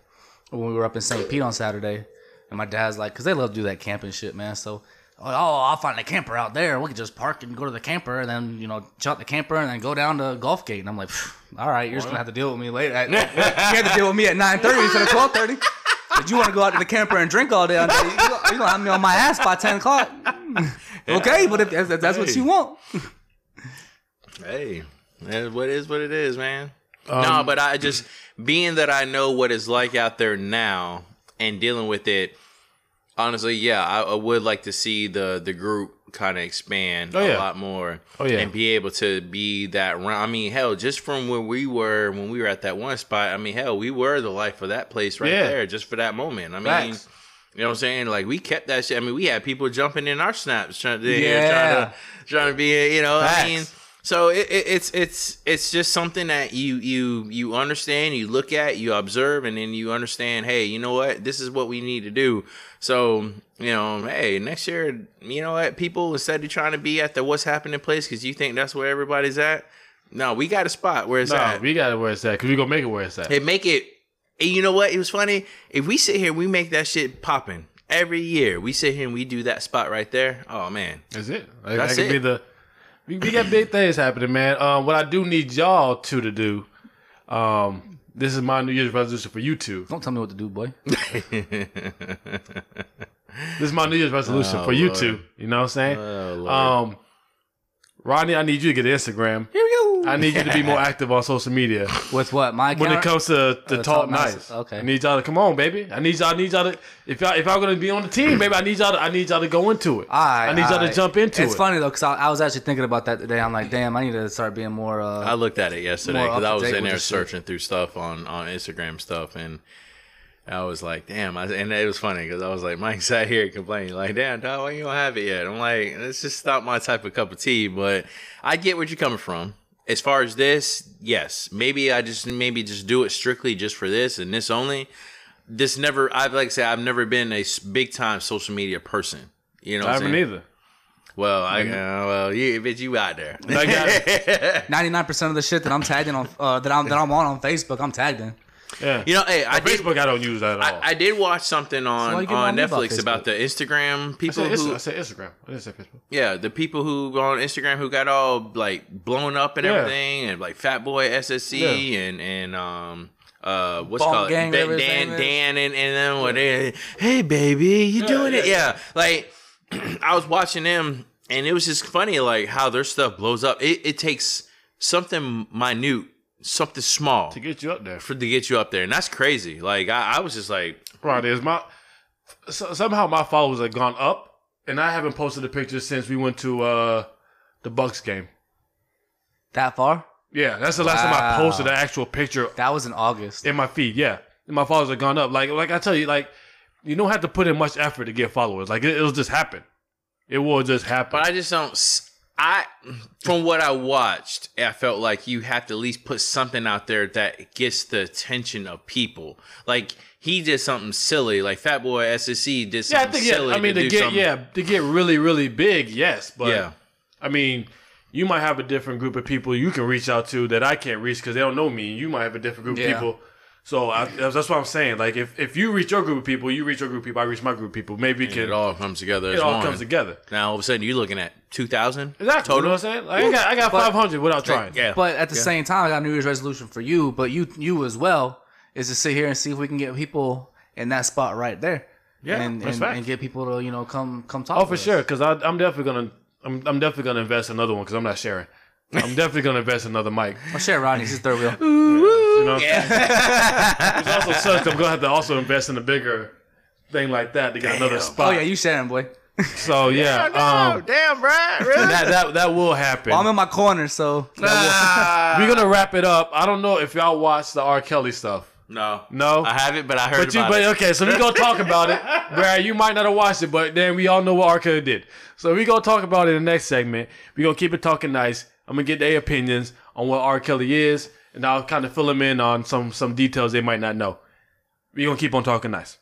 [SPEAKER 2] when we were up in St. Pete on Saturday, and my dad's like, because they love to do that camping shit, man. So, oh, I'll find a camper out there. We could just park and go to the camper, and then you know, chill out the camper, and then go down to Golf Gate. And I'm like, "Phew, all right, you're just gonna have to deal with me later. At, <laughs> you have to deal with me at 9:30 instead of 12:30. But you want to go out to the camper and drink all day? all day, you gonna- you gonna have me on my ass by 10
[SPEAKER 1] <laughs>
[SPEAKER 2] o'clock? Okay, but if, if that's what
[SPEAKER 3] Hey.
[SPEAKER 2] you want,
[SPEAKER 3] Hey, that's what is what it is, man.
[SPEAKER 1] Um,
[SPEAKER 3] no, but I just being that I know what it's like out there now and dealing with it. Honestly, yeah, I, I would like to see the the group kind of expand
[SPEAKER 1] Oh, yeah.
[SPEAKER 3] a lot more.
[SPEAKER 1] Oh, yeah.
[SPEAKER 3] and be able to be that. rou- I mean, hell, just from where we were when we were at that one spot. I mean, hell, we were the life of that place right
[SPEAKER 1] Yeah.
[SPEAKER 3] there, just for that moment. I mean.
[SPEAKER 2] Facts.
[SPEAKER 3] You know what I'm saying? Like we kept that shit. I mean, we had people jumping in our snaps, trying to,
[SPEAKER 2] Yeah.
[SPEAKER 3] trying to, <laughs> trying to be, you know. I
[SPEAKER 2] Facts.
[SPEAKER 3] mean, so it, it, it's it's it's just something that you you you understand, you look at, you observe, and then you understand. Hey, you know what? This is what we need to do. So you know, hey, next year, you know what? People instead of trying to be at the what's happening place because you think that's where everybody's at. No, we got a spot where it's
[SPEAKER 1] No,
[SPEAKER 3] at.
[SPEAKER 1] we got it where it's at, cause we gonna make it where it's at.
[SPEAKER 3] They make it. And you know what? It was funny. If we sit here, we make that shit popping every year. We sit here and we do that spot right there. Oh man,
[SPEAKER 1] That's it. Like,
[SPEAKER 3] That's
[SPEAKER 1] that could be
[SPEAKER 3] it.
[SPEAKER 1] the. We, we got big things happening, man. Um, what I do need y'all two to do, um, this is my New Year's resolution for you two.
[SPEAKER 2] don't tell me what to do, boy.
[SPEAKER 1] This is my New Year's resolution
[SPEAKER 3] Oh,
[SPEAKER 1] for you two. You know what I'm saying? um, Rodney, I need you to get Instagram. I need you to
[SPEAKER 3] <laughs>
[SPEAKER 1] be more active on social media
[SPEAKER 2] With what my
[SPEAKER 1] when it
[SPEAKER 2] account?
[SPEAKER 1] comes to the talk
[SPEAKER 2] Uh, Talk
[SPEAKER 1] nice.
[SPEAKER 2] Nice.
[SPEAKER 1] I
[SPEAKER 2] Okay.
[SPEAKER 1] need y'all to come on, baby. I need y'all. I need y'all to if y'all if y'all gonna be on the team, baby. I need y'all. To, I need y'all to go into it.
[SPEAKER 2] Alright,
[SPEAKER 1] I need y'all to
[SPEAKER 2] alright.
[SPEAKER 1] jump into
[SPEAKER 2] it's
[SPEAKER 1] it.
[SPEAKER 2] funny though, because I, I was actually thinking about that today. I'm like, damn, I need to start being more.
[SPEAKER 3] I
[SPEAKER 2] Uh,
[SPEAKER 3] looked at it yesterday
[SPEAKER 2] More
[SPEAKER 3] because I
[SPEAKER 2] up to
[SPEAKER 3] was
[SPEAKER 2] date
[SPEAKER 3] in
[SPEAKER 2] with
[SPEAKER 3] there
[SPEAKER 2] the shit.
[SPEAKER 3] searching through stuff on on Instagram stuff and. I was like, damn, I, and it was funny because I was like, Mike sat here complaining, like, damn, dog, why you don't have it yet? I'm like, it's just not my type of cup of tea, but I get where you're coming from. As far as this, yes, maybe I just maybe just do it strictly just for this and this only. This never, I've like I said, I've never been a big time social media person. You know, what
[SPEAKER 1] I
[SPEAKER 3] I'm
[SPEAKER 1] haven't
[SPEAKER 3] saying?
[SPEAKER 1] either.
[SPEAKER 3] Well, I uh, well, you bitch, you out there.
[SPEAKER 1] I got it.
[SPEAKER 2] 99% of the shit that I'm tagged in on, uh, that I'm that I'm on on Facebook, I'm tagged in.
[SPEAKER 1] Yeah.
[SPEAKER 3] <laughs> You know, hey, I did,
[SPEAKER 1] Facebook, I don't use that at all.
[SPEAKER 3] I, I did watch something
[SPEAKER 2] why you
[SPEAKER 3] on,
[SPEAKER 2] get
[SPEAKER 3] on
[SPEAKER 2] mad about
[SPEAKER 3] Netflix
[SPEAKER 2] Facebook.
[SPEAKER 3] about the Instagram people
[SPEAKER 1] said Insta-
[SPEAKER 3] who,
[SPEAKER 1] I said Instagram. I didn't say Facebook.
[SPEAKER 3] yeah, the people who go on Instagram who got all like blown up and
[SPEAKER 1] Yeah.
[SPEAKER 3] everything, and like Fat Boy SSC and and um. Uh, what's
[SPEAKER 2] Bong
[SPEAKER 3] called
[SPEAKER 2] Gang,
[SPEAKER 3] Dan,
[SPEAKER 2] whatever his
[SPEAKER 3] Dan,
[SPEAKER 2] name is.
[SPEAKER 3] Dan, and and then what? they- Hey, baby, you doing it? Yeah, like <clears throat> I was watching them, and it was just funny, like how their stuff blows up. It, it takes something minute something small
[SPEAKER 1] to get you up there.
[SPEAKER 3] for to get you up there, and that's crazy. Like I, I was just like,
[SPEAKER 1] Right, is my so, somehow my followers have gone up, and I haven't posted a picture since we went to uh the Bucks game.
[SPEAKER 2] That far?
[SPEAKER 1] Yeah, that's the last time I
[SPEAKER 2] Wow.
[SPEAKER 1] posted an actual picture
[SPEAKER 2] That was in August.
[SPEAKER 1] in my feed. Yeah, and my followers have gone up. Like like I tell you, like you don't have to put in much effort to get followers. Like it, it'll just happen. It will just happen.
[SPEAKER 3] but I just don't. s- I, from what I watched, I felt like you have to at least put something out there that gets the attention of people. Like he did something silly, like Fat Boy SSC did
[SPEAKER 1] yeah, I
[SPEAKER 3] something
[SPEAKER 1] think yeah.
[SPEAKER 3] silly.
[SPEAKER 1] I mean to,
[SPEAKER 3] do
[SPEAKER 1] get
[SPEAKER 3] something-
[SPEAKER 1] yeah to get really really big, yes. But
[SPEAKER 3] yeah.
[SPEAKER 1] I mean, you might have a different group of people you can reach out to that I can't reach because they don't know me. You might have a different group
[SPEAKER 2] Yeah.
[SPEAKER 1] of people. So I, that's that's what I'm saying. Like if, if you reach your group of people, you reach your group of people. I reach my group of people. Maybe we can
[SPEAKER 3] It all comes together.
[SPEAKER 1] it
[SPEAKER 3] as
[SPEAKER 1] all
[SPEAKER 3] one.
[SPEAKER 1] comes together.
[SPEAKER 3] Now all of a sudden you're looking at two thousand
[SPEAKER 1] Exactly. You know
[SPEAKER 3] total.
[SPEAKER 1] what I'm saying? Like, I got I got 500 without trying.
[SPEAKER 3] Yeah,
[SPEAKER 2] But at the same time, I got a New Year's resolution for you, but you you as well, is to sit here and see if we can get people in that spot right there.
[SPEAKER 1] Yeah,
[SPEAKER 2] and,
[SPEAKER 1] that's
[SPEAKER 2] and,
[SPEAKER 1] facts.
[SPEAKER 2] and get people to you know come come talk.
[SPEAKER 1] Oh,
[SPEAKER 2] with
[SPEAKER 1] for
[SPEAKER 2] us.
[SPEAKER 1] sure. Because I'm definitely gonna I'm, I'm definitely gonna invest in another one because I'm not sharing.
[SPEAKER 3] <laughs>
[SPEAKER 1] I'm definitely gonna invest in another mic.
[SPEAKER 2] I'll share Rodney's
[SPEAKER 1] <laughs>
[SPEAKER 2] his third wheel.
[SPEAKER 1] You know what I'm saying? Which also sucks. I'm gonna have to also invest in a bigger thing like that to get another
[SPEAKER 2] Oh
[SPEAKER 1] spot.
[SPEAKER 2] yeah, you sharing, boy.
[SPEAKER 1] So yeah, um,
[SPEAKER 3] damn, right, really.
[SPEAKER 1] that that that will happen.
[SPEAKER 2] Well, I'm in my corner, so
[SPEAKER 1] We're gonna wrap it up. I don't know if y'all watched the R. Kelly stuff.
[SPEAKER 3] no,
[SPEAKER 1] No?
[SPEAKER 3] I haven't, but I heard
[SPEAKER 1] But you,
[SPEAKER 3] about
[SPEAKER 1] but
[SPEAKER 3] it.
[SPEAKER 1] okay, so we gonna talk about
[SPEAKER 3] <laughs>
[SPEAKER 1] it. Brad, you might not have watched it, but then we all know what R. Kelly did. So we gonna talk about it in the next segment. We gonna keep it talking nice. I'm gonna get their opinions on what R. Kelly is, and I'll kind of fill them in on some some details they might not know. We gonna keep on talking nice.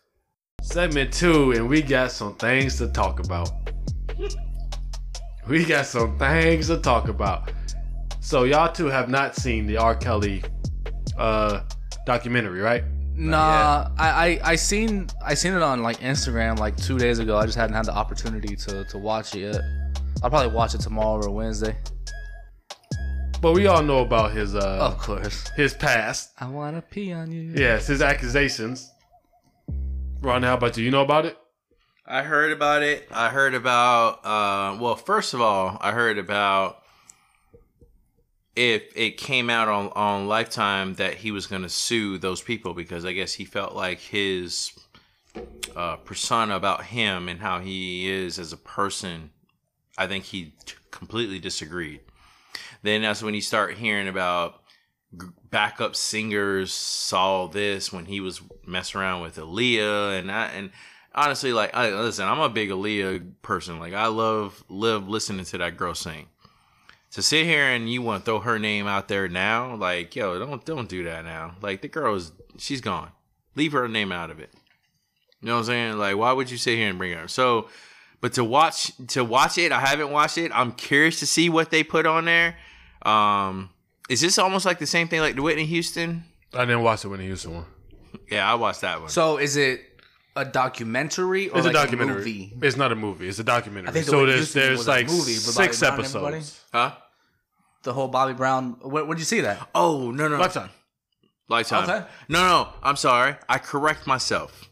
[SPEAKER 1] Segment two, and we got some things to talk about. We got some things to talk about. So y'all two have not seen the R. Kelly uh, documentary, right?
[SPEAKER 2] nah. I, I I seen I seen it on like Instagram like two days ago. I just hadn't had the opportunity to to watch it yet. I'll probably watch it tomorrow or Wednesday.
[SPEAKER 1] But we all know about his uh
[SPEAKER 2] Of course.
[SPEAKER 1] his past.
[SPEAKER 2] I wanna pee on you.
[SPEAKER 1] Yes, his accusations. Ron, how about you? You know about it?
[SPEAKER 3] I heard about it. I heard about. Uh, well, first of all, I heard about if it came out on on Lifetime that he was going to sue those people because I guess he felt like his uh, persona about him and how he is as a person. I think he t- completely disagreed. Then that's when you start hearing about g- backup singers saw this when he was messing around with Aaliyah and I and honestly like I, listen I'm a big Aaliyah person like I love live listening to that girl sing to sit here and you want to throw her name out there now like yo don't don't do that now like the girl is she's gone leave her name out of it you know what I'm saying like why would you sit here and bring her so but to watch to watch it I haven't watched it I'm curious to see what they put on there um is this almost like the same thing like the Whitney Houston?
[SPEAKER 1] I didn't watch it when he used to one.
[SPEAKER 3] Yeah, I watched that one.
[SPEAKER 2] So is it a documentary or
[SPEAKER 1] It's
[SPEAKER 2] like
[SPEAKER 1] a documentary.
[SPEAKER 2] movie?
[SPEAKER 1] It's not a movie. It's a documentary.
[SPEAKER 2] I think the
[SPEAKER 1] so
[SPEAKER 2] way
[SPEAKER 1] there's
[SPEAKER 2] used to
[SPEAKER 1] there's
[SPEAKER 2] was a
[SPEAKER 1] like
[SPEAKER 2] movie, but
[SPEAKER 1] six
[SPEAKER 2] Bobby Brown, everybody?
[SPEAKER 1] episodes.
[SPEAKER 3] huh?
[SPEAKER 2] The whole Bobby Brown. Where, where'd you see that?
[SPEAKER 3] Oh no no
[SPEAKER 1] Lifetime.
[SPEAKER 3] lifetime.
[SPEAKER 2] Okay.
[SPEAKER 3] No no, I'm sorry. I correct myself.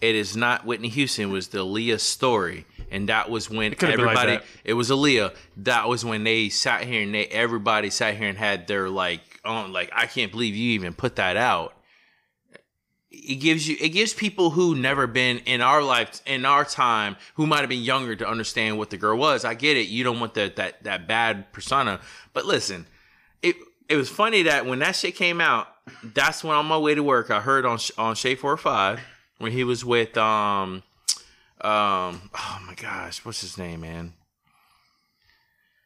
[SPEAKER 3] It is not Whitney Houston. It was the Leah story, and that was when
[SPEAKER 1] could've been like
[SPEAKER 3] everybody.
[SPEAKER 1] that.
[SPEAKER 3] It was Aaliyah. That was when they sat here and they everybody sat here and had their like on like I can't believe you even put that out. It gives you it gives people who never been in our life in our time who might have been younger to understand what the girl was. I get it. You don't want that that that bad persona, but listen, it it was funny that when that shit came out, that's when on my way to work I heard on Sh- on Shay Four Five when he was with um um oh my gosh what's his name man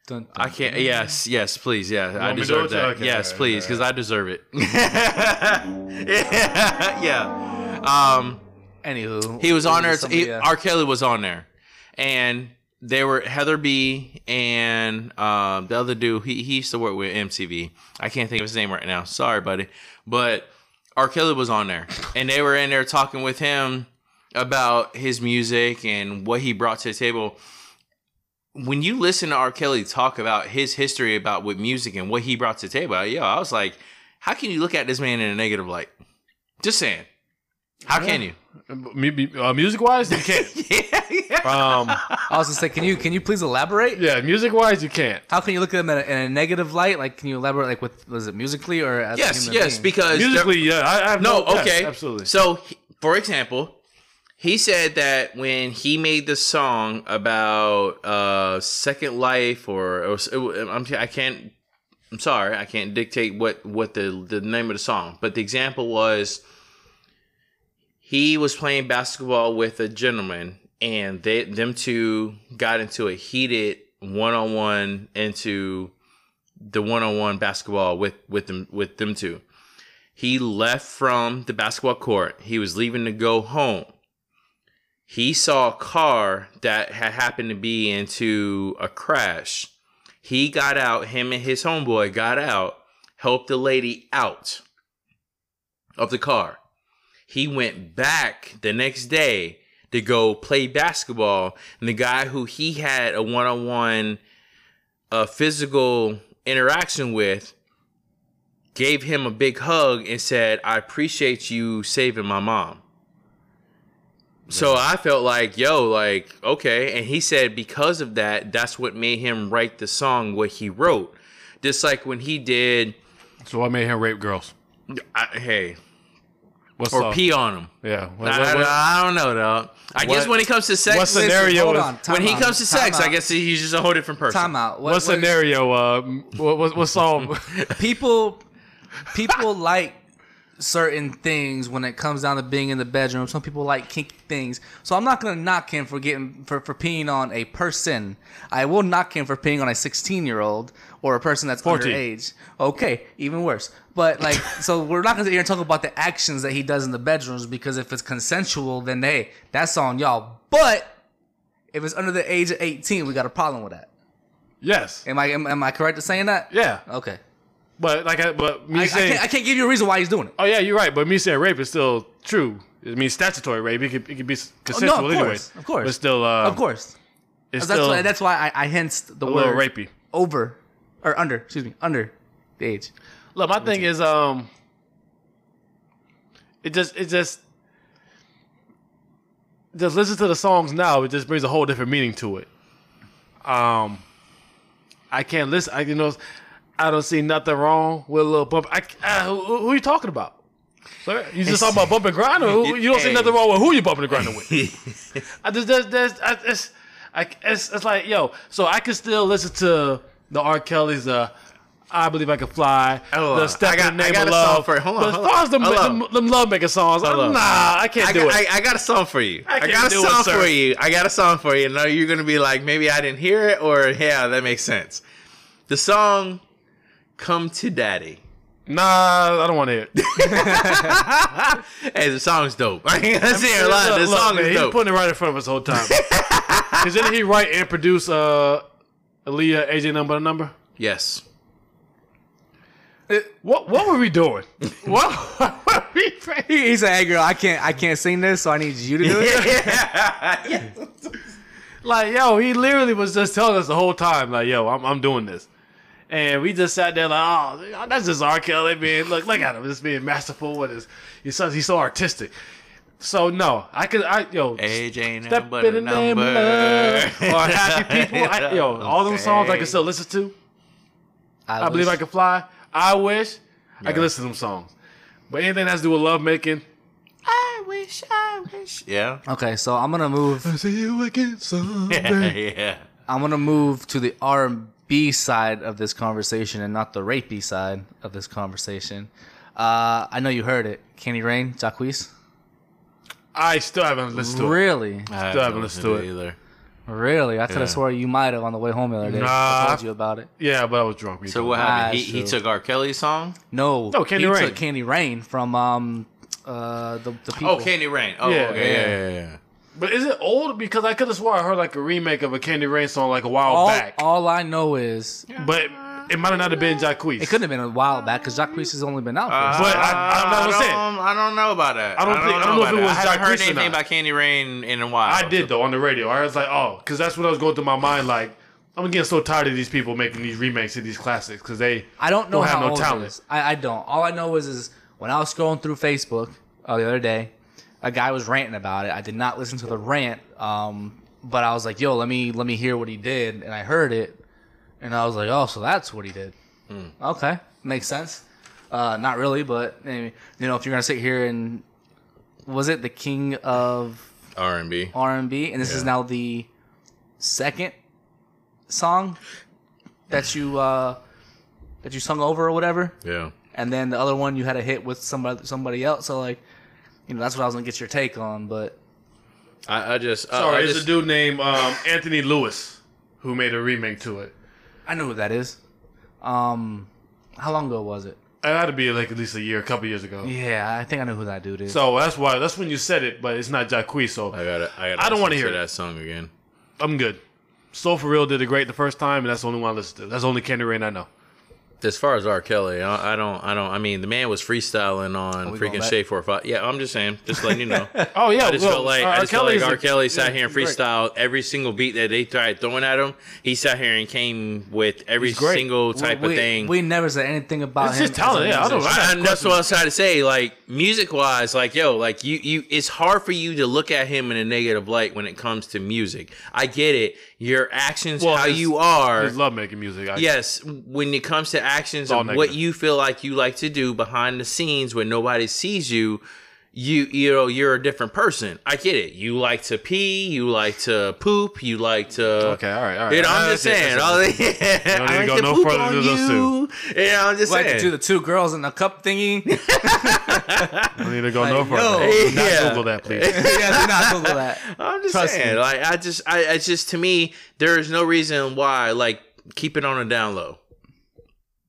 [SPEAKER 2] Dun, dun.
[SPEAKER 3] I can't yes yes please yeah I
[SPEAKER 1] want me to
[SPEAKER 3] deserve
[SPEAKER 1] do it?
[SPEAKER 3] that
[SPEAKER 1] Okay,
[SPEAKER 3] yes
[SPEAKER 1] alright,
[SPEAKER 3] please because I deserve it <laughs> yeah um
[SPEAKER 2] Anywho,
[SPEAKER 3] he was on there
[SPEAKER 2] somebody,
[SPEAKER 3] he-
[SPEAKER 2] uh, <laughs>
[SPEAKER 3] R Kelly was on there and they were Heather B and um, the other dude he, he used to work with MTV. I can't think of his name right now. Sorry, buddy. But R. Kelly was on there, and they were in there talking with him about his music and what he brought to the table. When you listen to R. Kelly talk about his history about with music and what he brought to the table, yo, I was like, how can you look at this man in a negative light? Just saying. How can you?
[SPEAKER 1] Uh, music wise, you can't.
[SPEAKER 3] yeah, yeah.
[SPEAKER 1] <laughs> um,
[SPEAKER 2] I was gonna say, can you can you please elaborate?
[SPEAKER 1] yeah, music wise, you can't.
[SPEAKER 2] How can you look at them in a, in a negative light? Like, can you elaborate? Like, with was it musically or as a
[SPEAKER 3] Yes,
[SPEAKER 2] human
[SPEAKER 3] yes,
[SPEAKER 2] being?
[SPEAKER 3] because there-
[SPEAKER 1] Musically, yeah, I, I have
[SPEAKER 3] no,
[SPEAKER 1] yes,
[SPEAKER 3] okay,
[SPEAKER 1] absolutely.
[SPEAKER 3] So, he- for example, he said that when he made the song about uh Second Life, or, or s- it w- I'm, I can't, I'm sorry, I can't dictate what what the the name of the song, but the example was he was playing basketball with a gentleman, and they them two got into a heated one on one into the one on one basketball with with them with them two. He left from the basketball court. He was leaving to go home. He saw a car that had happened to be into a crash. He got out, him and his homeboy got out, helped the lady out of the car. He went back the next day to go play basketball. And the guy who he had a one on one uh, physical interaction with gave him a big hug and said, I appreciate you saving my mom. So I felt like, yo, like, okay. And he said, because of that, that's what made him write the song, what he wrote. Just like when he did,
[SPEAKER 1] so I made him rape girls.
[SPEAKER 3] I, hey,
[SPEAKER 1] What's
[SPEAKER 3] or
[SPEAKER 1] up?
[SPEAKER 3] pee on him.
[SPEAKER 1] yeah. What,
[SPEAKER 3] I,
[SPEAKER 1] what-
[SPEAKER 3] I-
[SPEAKER 1] what-
[SPEAKER 3] I don't know, though. I guess
[SPEAKER 1] What-
[SPEAKER 3] when it comes to sex,
[SPEAKER 1] what
[SPEAKER 2] Listen,
[SPEAKER 1] scenario
[SPEAKER 2] hold
[SPEAKER 1] was-
[SPEAKER 2] on, time
[SPEAKER 3] when he
[SPEAKER 2] out,
[SPEAKER 3] comes to
[SPEAKER 2] time
[SPEAKER 3] sex, I
[SPEAKER 2] out,
[SPEAKER 3] guess he's just a whole different person.
[SPEAKER 2] time out.
[SPEAKER 1] what scenario? Uh, what, what, what
[SPEAKER 2] <laughs>
[SPEAKER 1] song? <laughs>
[SPEAKER 2] people people <laughs> like certain things when it comes down to being in the bedroom. Some people like kinky things. So I'm not gonna knock him for getting for, for peeing on a person. I will knock him for peeing on a 16 year old or a person that's
[SPEAKER 1] 14.
[SPEAKER 2] underage. Okay, even worse. But like, so we're not gonna sit here and talk about the actions that he does in the bedrooms because if it's consensual, then hey, that's on y'all. But if it's under the age of 18, we got a problem with that.
[SPEAKER 1] yes.
[SPEAKER 2] Am I am, am I correct in saying that?
[SPEAKER 1] Yeah.
[SPEAKER 2] Okay.
[SPEAKER 1] But like, I, but me
[SPEAKER 2] I, I
[SPEAKER 1] saying,
[SPEAKER 2] can't, I can't give you a reason why he's doing it.
[SPEAKER 1] oh yeah, you're right. But me saying rape is still true. I mean, statutory rape. It could, it could be s- consensual
[SPEAKER 2] Oh, of
[SPEAKER 1] anyway.
[SPEAKER 2] course, of course.
[SPEAKER 1] But still, uh,
[SPEAKER 2] of course.
[SPEAKER 1] it's
[SPEAKER 2] That's
[SPEAKER 1] still
[SPEAKER 2] why, that's why I, I hensed the
[SPEAKER 1] a little
[SPEAKER 2] word
[SPEAKER 1] rapey.
[SPEAKER 2] over or under. Excuse me, under the age.
[SPEAKER 1] Look, my thing is, um, it just, it just, just listen to the songs now. It just brings a whole different meaning to it. Um, I can't listen. I you know, I don't see nothing wrong with a little bump. I, uh, who, who- who you talking about? Sir, You just talking about bump and grind, or
[SPEAKER 2] <laughs>
[SPEAKER 1] who, you don't see
[SPEAKER 3] Hey.
[SPEAKER 1] nothing wrong with who you bumping and grinding with.
[SPEAKER 3] <laughs>
[SPEAKER 1] I just there's there's I, it's, I, it's it's like yo, so I can still listen to the R. Kelly's uh. I believe I can fly.
[SPEAKER 3] Oh,
[SPEAKER 1] the step
[SPEAKER 3] I got-
[SPEAKER 1] in the name
[SPEAKER 3] I
[SPEAKER 1] of
[SPEAKER 3] got a song
[SPEAKER 1] love.
[SPEAKER 3] for it. Hold on,
[SPEAKER 1] But
[SPEAKER 3] hold
[SPEAKER 1] as far
[SPEAKER 3] on,
[SPEAKER 1] as them,
[SPEAKER 3] hold
[SPEAKER 1] them,
[SPEAKER 3] on.
[SPEAKER 1] them love making songs, I'm,
[SPEAKER 3] on.
[SPEAKER 1] nah, I can't
[SPEAKER 3] I
[SPEAKER 1] do
[SPEAKER 3] got,
[SPEAKER 1] it.
[SPEAKER 3] I, I got a song for you. I,
[SPEAKER 1] can't
[SPEAKER 3] got a
[SPEAKER 1] do it,
[SPEAKER 3] song
[SPEAKER 1] sir.
[SPEAKER 3] for you. I got a song for you. And now you're going to be like, maybe I didn't hear it, or yeah, that makes sense. The song Come to Daddy.
[SPEAKER 1] nah, I don't want to hear. It.
[SPEAKER 3] Hey, the song's dope. <laughs> I ain't gonna say a lot. The
[SPEAKER 1] Look,
[SPEAKER 3] song
[SPEAKER 1] man,
[SPEAKER 3] is
[SPEAKER 1] he's
[SPEAKER 3] dope.
[SPEAKER 1] putting it right in front of us the whole
[SPEAKER 3] <laughs>
[SPEAKER 1] time. Because didn't he write and produce uh, Aaliyah, AJ number the number? <laughs>
[SPEAKER 3] yes.
[SPEAKER 1] What what were we
[SPEAKER 3] <laughs>
[SPEAKER 1] doing? <laughs> what were we? <laughs>
[SPEAKER 2] He said, "Hey girl, I can't I can't sing this, so I need you to do it."
[SPEAKER 3] yeah.
[SPEAKER 1] Like yo, he literally was just telling us the whole time, like yo, I'm I'm doing this, and we just sat there like, oh, that's just R. Kelly being look look at him, just being masterful with his he's so he's so artistic. So no, I could I yo
[SPEAKER 3] AJ ain't
[SPEAKER 1] step
[SPEAKER 3] but
[SPEAKER 1] in the
[SPEAKER 3] a
[SPEAKER 1] name
[SPEAKER 3] number.
[SPEAKER 1] of love or
[SPEAKER 3] <laughs>
[SPEAKER 1] happy people. I, yo, all them songs I can still listen to. I believe I
[SPEAKER 2] wish-
[SPEAKER 1] can fly. I wish I
[SPEAKER 3] Yeah.
[SPEAKER 1] could listen to them songs, but anything that has to do with love making.
[SPEAKER 3] I wish, I wish. Yeah.
[SPEAKER 2] Okay, so I'm gonna move.
[SPEAKER 1] See you again someday.
[SPEAKER 3] <laughs> yeah.
[SPEAKER 2] I'm gonna move to the R and B side of this conversation and not the rapey side of this conversation. Uh, I know you heard it, Candy Rain, Jacquees.
[SPEAKER 1] I still haven't listened to it.
[SPEAKER 2] Really,
[SPEAKER 3] I
[SPEAKER 1] haven't listened to it.
[SPEAKER 3] either.
[SPEAKER 2] really, I could
[SPEAKER 3] Yeah.
[SPEAKER 2] have swore you might have on the way home the other day. I
[SPEAKER 1] Nah.
[SPEAKER 2] told you about it.
[SPEAKER 1] Yeah, but I was drunk.
[SPEAKER 3] So what happened?
[SPEAKER 2] Ah,
[SPEAKER 3] He, he
[SPEAKER 2] shoot.
[SPEAKER 3] took R. Kelly's song.
[SPEAKER 2] No,
[SPEAKER 1] No, Oh, Candy
[SPEAKER 2] he
[SPEAKER 1] Rain.
[SPEAKER 2] took Candy Rain from um uh the the people.
[SPEAKER 3] Oh, Candy Rain. Oh,
[SPEAKER 1] Yeah.
[SPEAKER 3] okay. Yeah, yeah, yeah.
[SPEAKER 1] But is it old? Because I could have swore I heard like a remake of a Candy Rain song like a while
[SPEAKER 2] all,
[SPEAKER 1] back.
[SPEAKER 2] all I know is
[SPEAKER 1] But it might have not have been Jacquees.
[SPEAKER 2] it couldn't have been a while back because Jacquees has only been out. for
[SPEAKER 1] But I- I- I'm not
[SPEAKER 3] don't,
[SPEAKER 1] gonna say it.
[SPEAKER 3] I don't know about that.
[SPEAKER 1] I don't think- I don't know if
[SPEAKER 3] about
[SPEAKER 1] it
[SPEAKER 3] that.
[SPEAKER 1] was
[SPEAKER 3] I haven't
[SPEAKER 1] Jacquees
[SPEAKER 3] heard
[SPEAKER 1] or
[SPEAKER 3] anything
[SPEAKER 1] not.
[SPEAKER 3] about Candy Rain in a while.
[SPEAKER 1] I did though on the radio. I was like, oh, because that's what I was going through my mind. Like, I'm getting so tired of these people making these remakes of these classics because they
[SPEAKER 2] I don't know
[SPEAKER 1] Don't
[SPEAKER 2] how
[SPEAKER 1] have no
[SPEAKER 2] old it
[SPEAKER 1] talent.
[SPEAKER 2] is. I, I don't. All I know is is when I was scrolling through Facebook uh, the other day, a guy was ranting about it. I did not listen to the rant, um, but I was like, "Yo, let me let me hear what he did," and I heard it, and I was like, "Oh, so that's what he did."
[SPEAKER 1] Hmm.
[SPEAKER 2] Okay, makes sense. Uh, not really, but eh, you know, if you're gonna sit here and was it the king of
[SPEAKER 3] R and B.
[SPEAKER 2] R and B, and this is
[SPEAKER 3] Yeah.
[SPEAKER 2] now the second song that you uh, that you sung over or whatever,
[SPEAKER 3] Yeah.
[SPEAKER 2] and then the other one you had a hit with somebody somebody else. So like, you know, that's what I was gonna get your take on, but
[SPEAKER 3] I, I just uh,
[SPEAKER 1] Sorry,
[SPEAKER 3] I
[SPEAKER 1] there's
[SPEAKER 3] just,
[SPEAKER 1] a dude named um, Anthony Lewis who made a remake to it.
[SPEAKER 2] I know who that is. Um, how long ago was it?
[SPEAKER 1] It had to be like at least a year, a couple years ago.
[SPEAKER 2] Yeah, I think I know who that dude is.
[SPEAKER 1] So that's why that's when you said it, but it's not Jacque, so
[SPEAKER 3] I gotta. I, gotta
[SPEAKER 1] I don't wanna
[SPEAKER 3] listen
[SPEAKER 1] hear it.
[SPEAKER 3] that song again.
[SPEAKER 1] I'm good. Soul for Real did it great the first time, and that's the only one I listened to. That's the only Candy Rain I know.
[SPEAKER 3] As far as R. Kelly, I, I don't. I don't. I mean, the man was freestyling on
[SPEAKER 2] we going
[SPEAKER 3] freaking
[SPEAKER 2] back?
[SPEAKER 3] Shea Four Five. Yeah, I'm just saying. Just letting
[SPEAKER 1] <laughs>
[SPEAKER 3] you know.
[SPEAKER 1] Oh yeah,
[SPEAKER 3] I just felt like I just felt like R. Kelly sat here and freestyled every single beat that they tried throwing at him. He sat here and came with every
[SPEAKER 1] He's great.
[SPEAKER 3] single type
[SPEAKER 2] we,
[SPEAKER 3] of thing.
[SPEAKER 2] We never said anything about
[SPEAKER 1] It's
[SPEAKER 2] him.
[SPEAKER 1] just
[SPEAKER 2] as a
[SPEAKER 1] talent, yeah, I don't-
[SPEAKER 2] musician.
[SPEAKER 1] I
[SPEAKER 3] I,
[SPEAKER 1] got
[SPEAKER 3] and that's what I was trying to say. Like music wise, like yo, like you, you, it's hard for you to look at him in a negative light when it comes to music. I get it. Your actions,
[SPEAKER 1] Well,
[SPEAKER 3] how
[SPEAKER 1] his-
[SPEAKER 3] you are.
[SPEAKER 1] Just love making music. I,
[SPEAKER 3] Yes, when it comes to actions
[SPEAKER 1] all
[SPEAKER 3] and what
[SPEAKER 1] negative.
[SPEAKER 3] you feel like you like to do behind the scenes when nobody sees you, you you know you're a different person. I get it. You like to pee. You like to poop. You like to
[SPEAKER 1] Okay, all right, all right.
[SPEAKER 3] You know, I'm
[SPEAKER 1] All right,
[SPEAKER 3] just
[SPEAKER 1] that's it,
[SPEAKER 3] saying.
[SPEAKER 1] that's it.
[SPEAKER 3] all the-
[SPEAKER 1] don't
[SPEAKER 3] <laughs> I
[SPEAKER 1] need to
[SPEAKER 3] like
[SPEAKER 1] go
[SPEAKER 3] to
[SPEAKER 1] no
[SPEAKER 3] poop
[SPEAKER 1] further
[SPEAKER 3] on
[SPEAKER 1] than those two.
[SPEAKER 3] you. Yeah, I'm just
[SPEAKER 2] Like
[SPEAKER 3] saying.
[SPEAKER 2] to do the two girls in the cup
[SPEAKER 3] <laughs>
[SPEAKER 2] thingy. <laughs> yeah,
[SPEAKER 1] I need to go no
[SPEAKER 2] yo.
[SPEAKER 1] further. Hey, Not
[SPEAKER 3] Yeah.
[SPEAKER 1] Google that,
[SPEAKER 3] <laughs>
[SPEAKER 1] please.
[SPEAKER 2] do not Google that.
[SPEAKER 3] I'm just
[SPEAKER 2] Trust
[SPEAKER 3] saying,
[SPEAKER 2] me.
[SPEAKER 3] like I just, I, it's just to me, there is no reason why, like, keep it on a down low.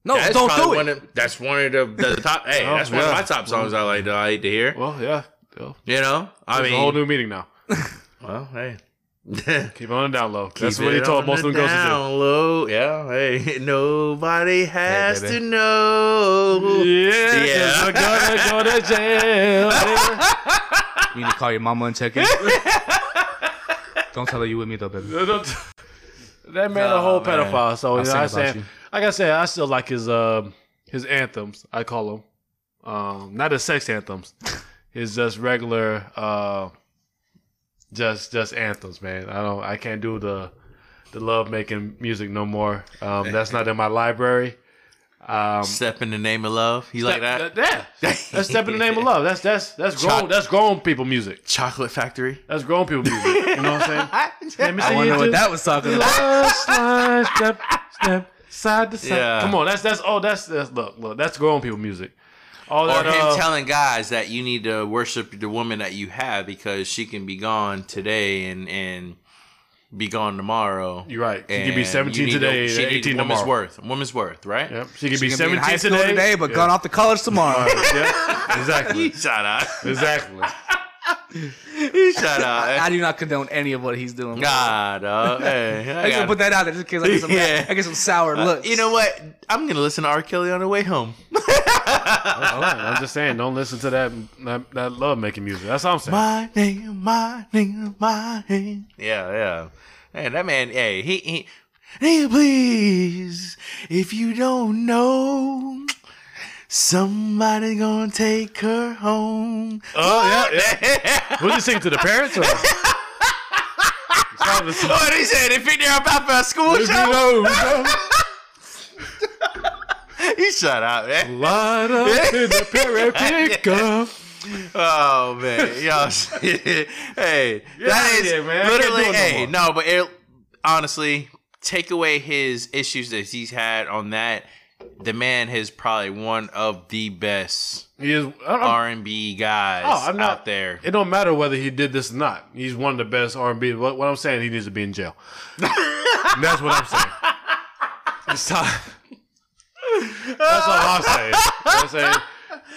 [SPEAKER 2] No,
[SPEAKER 3] That's
[SPEAKER 2] don't
[SPEAKER 3] probably
[SPEAKER 2] do it.
[SPEAKER 3] one Of, that's one of the,
[SPEAKER 1] <laughs>
[SPEAKER 3] the top. hey,
[SPEAKER 1] Oh,
[SPEAKER 3] that's one of
[SPEAKER 1] yeah.
[SPEAKER 3] my top songs I like. To, I hate to hear.
[SPEAKER 1] well, yeah. Well,
[SPEAKER 3] You know, I
[SPEAKER 1] There's
[SPEAKER 3] mean,
[SPEAKER 1] a whole new meeting now.
[SPEAKER 3] well, hey. <laughs> Keep
[SPEAKER 1] Keep it on the down low. That's what he
[SPEAKER 3] it
[SPEAKER 1] told
[SPEAKER 3] on
[SPEAKER 1] most of them
[SPEAKER 3] the
[SPEAKER 1] girls to
[SPEAKER 3] down low. Yeah, hey, <laughs> nobody has
[SPEAKER 1] baby.
[SPEAKER 3] to know.
[SPEAKER 1] do. Yeah,
[SPEAKER 3] Yeah.
[SPEAKER 1] yeah. we're gonna go to jail.
[SPEAKER 3] <laughs>
[SPEAKER 2] You need to call your mama and check in. Don't tell her you with me though, baby.
[SPEAKER 1] No, no, t- that <laughs> man a whole
[SPEAKER 3] man.
[SPEAKER 1] pedophile. So
[SPEAKER 2] I'll
[SPEAKER 1] you know,
[SPEAKER 2] sing
[SPEAKER 1] I
[SPEAKER 2] about
[SPEAKER 1] say,
[SPEAKER 2] you.
[SPEAKER 1] like I said, I still like his um his anthems. I call them um, not his sex anthems. his just regular uh, just just anthems, man. I don't. I can't do the the love making music no more. Um, that's not in my library.
[SPEAKER 2] <laughs>
[SPEAKER 1] Um,
[SPEAKER 3] Step in the name of love. You like that?
[SPEAKER 1] yeah, that's step in the name
[SPEAKER 3] <laughs>
[SPEAKER 1] of love. That's that's
[SPEAKER 2] <laughs>
[SPEAKER 1] that's grown.
[SPEAKER 3] Choc-
[SPEAKER 1] That's grown people music.
[SPEAKER 3] Chocolate Factory.
[SPEAKER 1] That's grown people music. You know what I'm
[SPEAKER 2] <laughs>
[SPEAKER 1] saying? Let me see
[SPEAKER 2] I want to
[SPEAKER 1] you
[SPEAKER 2] know what
[SPEAKER 1] do-
[SPEAKER 2] that was talking about.
[SPEAKER 1] Slide, slide, step, step, side to side.
[SPEAKER 3] Yeah.
[SPEAKER 1] Come on, that's that's oh that's that's look look that's grown people music. All
[SPEAKER 3] Or
[SPEAKER 1] that
[SPEAKER 3] him
[SPEAKER 1] uh,
[SPEAKER 3] telling guys that you need to worship the woman that you have because she can be gone today and and be gone tomorrow.
[SPEAKER 1] You're right. She could be
[SPEAKER 3] And
[SPEAKER 1] 17
[SPEAKER 3] you need
[SPEAKER 1] today
[SPEAKER 3] she
[SPEAKER 1] and
[SPEAKER 3] needs
[SPEAKER 1] 18
[SPEAKER 3] woman's
[SPEAKER 1] tomorrow.
[SPEAKER 3] worth. Woman's worth, right?
[SPEAKER 1] yep, she could be
[SPEAKER 2] Gonna be in
[SPEAKER 1] 17
[SPEAKER 2] high school
[SPEAKER 1] today,
[SPEAKER 2] today, but gone off to college tomorrow.
[SPEAKER 1] yeah,
[SPEAKER 3] <laughs>
[SPEAKER 1] exactly,
[SPEAKER 3] Shout out.
[SPEAKER 1] exactly.
[SPEAKER 3] Shout out.
[SPEAKER 2] <laughs>
[SPEAKER 1] <laughs>
[SPEAKER 2] I do not condone any of what he's doing.
[SPEAKER 3] God, uh, hey, I
[SPEAKER 2] I just
[SPEAKER 3] gotta-
[SPEAKER 2] put that out there just in case I get some,
[SPEAKER 3] <laughs> Yeah. Uh,
[SPEAKER 2] I get some sour looks. <laughs>
[SPEAKER 3] you know what? I'm gonna listen to R. Kelly on the way home.
[SPEAKER 1] All right, I'm just saying, don't listen to that that, that love making music. That's all I'm saying.
[SPEAKER 3] My name, my name, my name. Yeah, yeah. Hey, that man. Hey, he. he hey, please. If you don't know, somebody gonna take her home.
[SPEAKER 1] Oh yeah, yeah. Who's he singing to the parents? Or? Sorry, listen.
[SPEAKER 3] <laughs> What he said? They figure out about for a school
[SPEAKER 1] If you
[SPEAKER 3] show.
[SPEAKER 1] know, you know.
[SPEAKER 3] He shut up, man.
[SPEAKER 1] Light
[SPEAKER 3] <laughs>
[SPEAKER 1] up in the parent pickup.
[SPEAKER 3] Oh <laughs> man, y'all. hey, that
[SPEAKER 1] outta
[SPEAKER 3] is
[SPEAKER 1] here, man. I can't
[SPEAKER 3] literally.
[SPEAKER 1] do it no
[SPEAKER 3] hey,
[SPEAKER 1] more.
[SPEAKER 3] no, but it, honestly, take away his issues that he's had on that. The man is probably one of the best
[SPEAKER 1] He is. I'm- I'm-
[SPEAKER 3] R and B guys
[SPEAKER 1] Oh, I'm not-
[SPEAKER 3] out there.
[SPEAKER 1] It don't matter whether he did this or not. He's one of the best R and B. What, what I'm saying, he needs to be in jail. That's what I'm saying. It's time. That's all I'm saying. I'm saying.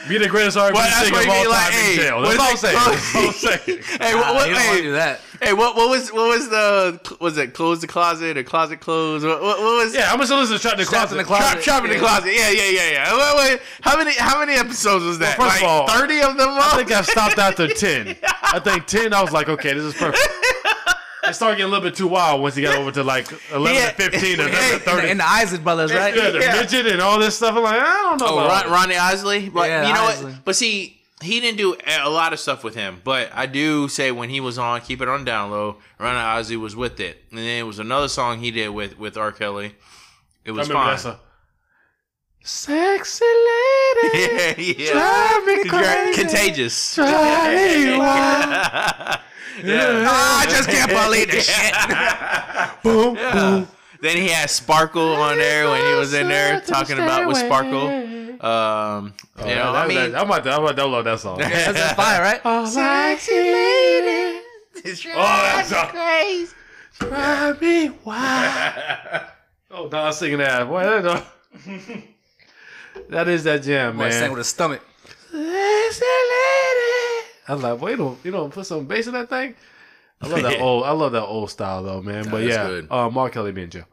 [SPEAKER 1] Be the greatest R&B
[SPEAKER 3] Well, that's
[SPEAKER 1] singer of
[SPEAKER 3] what you
[SPEAKER 1] all
[SPEAKER 3] mean,
[SPEAKER 1] time
[SPEAKER 3] like,
[SPEAKER 1] in
[SPEAKER 3] hey,
[SPEAKER 1] jail. That's
[SPEAKER 3] what
[SPEAKER 1] all I'm
[SPEAKER 3] is
[SPEAKER 1] saying.
[SPEAKER 3] it-
[SPEAKER 1] That's all I'm saying.
[SPEAKER 3] Hey, what,
[SPEAKER 2] Nah,
[SPEAKER 3] what,
[SPEAKER 2] he don't want to
[SPEAKER 3] hey,
[SPEAKER 2] do that.
[SPEAKER 3] hey, what, what was what was the was it close the closet or closet close? What, what, what was
[SPEAKER 1] Yeah, I'm gonna still listen to Trap in the
[SPEAKER 2] Trapped
[SPEAKER 1] Closet.
[SPEAKER 2] in the Closet.
[SPEAKER 3] Trap, trap in the
[SPEAKER 2] Yeah.
[SPEAKER 3] closet. Yeah, yeah, yeah, yeah. What, what, how many how many episodes was that?
[SPEAKER 1] first of all,
[SPEAKER 3] like thirty of them.
[SPEAKER 1] I think I stopped after ten. I think ten. I was like, okay, this is perfect. It started getting a little bit too wild once he got over to like eleven
[SPEAKER 3] Yeah.
[SPEAKER 1] to fifteen or
[SPEAKER 3] Hey,
[SPEAKER 1] eleven to thirty.
[SPEAKER 2] And the Isaac brothers, right? <laughs>
[SPEAKER 1] Yeah, the
[SPEAKER 3] Yeah.
[SPEAKER 1] midget and all this stuff. I'm like, I don't know.
[SPEAKER 3] Oh,
[SPEAKER 1] about
[SPEAKER 3] Ron, Ronnie Isley. Right.
[SPEAKER 2] Yeah,
[SPEAKER 3] you know
[SPEAKER 2] Isley.
[SPEAKER 3] what? But see, he didn't do a lot of stuff with him, but I do say when he was on "Keep It On Down Low," Run Ozzy was with it, and then it was another song he did with with R. Kelly. It was fine.
[SPEAKER 1] Sexy lady.
[SPEAKER 3] <laughs> yeah, yeah.
[SPEAKER 1] Drive me
[SPEAKER 3] You're
[SPEAKER 1] crazy.
[SPEAKER 3] contagious.
[SPEAKER 1] Drive
[SPEAKER 3] <laughs>
[SPEAKER 1] me wild.
[SPEAKER 3] Yeah.
[SPEAKER 2] I just can't believe this shit.
[SPEAKER 1] Boom, boom.
[SPEAKER 3] <laughs> Then he had Sparkle on there when he was in there talking about with Sparkle. Um, you know, I mean,
[SPEAKER 1] I'm about to, I'm about to download Oh, that song.
[SPEAKER 2] That's, that's fire,
[SPEAKER 3] <laughs>
[SPEAKER 2] right?
[SPEAKER 1] Sexy lady.
[SPEAKER 3] oh,
[SPEAKER 1] crazy. Drive me
[SPEAKER 3] <laughs>
[SPEAKER 1] wild. oh, Don singing that. Boy, that, that is that jam,
[SPEAKER 2] Boy, sang
[SPEAKER 1] man.
[SPEAKER 2] with his stomach.
[SPEAKER 1] Sexy lady. I was like, boy, you don't, you don't put some bass in that thing? I love
[SPEAKER 3] <laughs>
[SPEAKER 1] that old, I love that old style though, man. But
[SPEAKER 3] that's
[SPEAKER 1] yeah,
[SPEAKER 3] good.
[SPEAKER 1] Uh, Mark Kelly be in <laughs>
[SPEAKER 3] <laughs>
[SPEAKER 1] jail.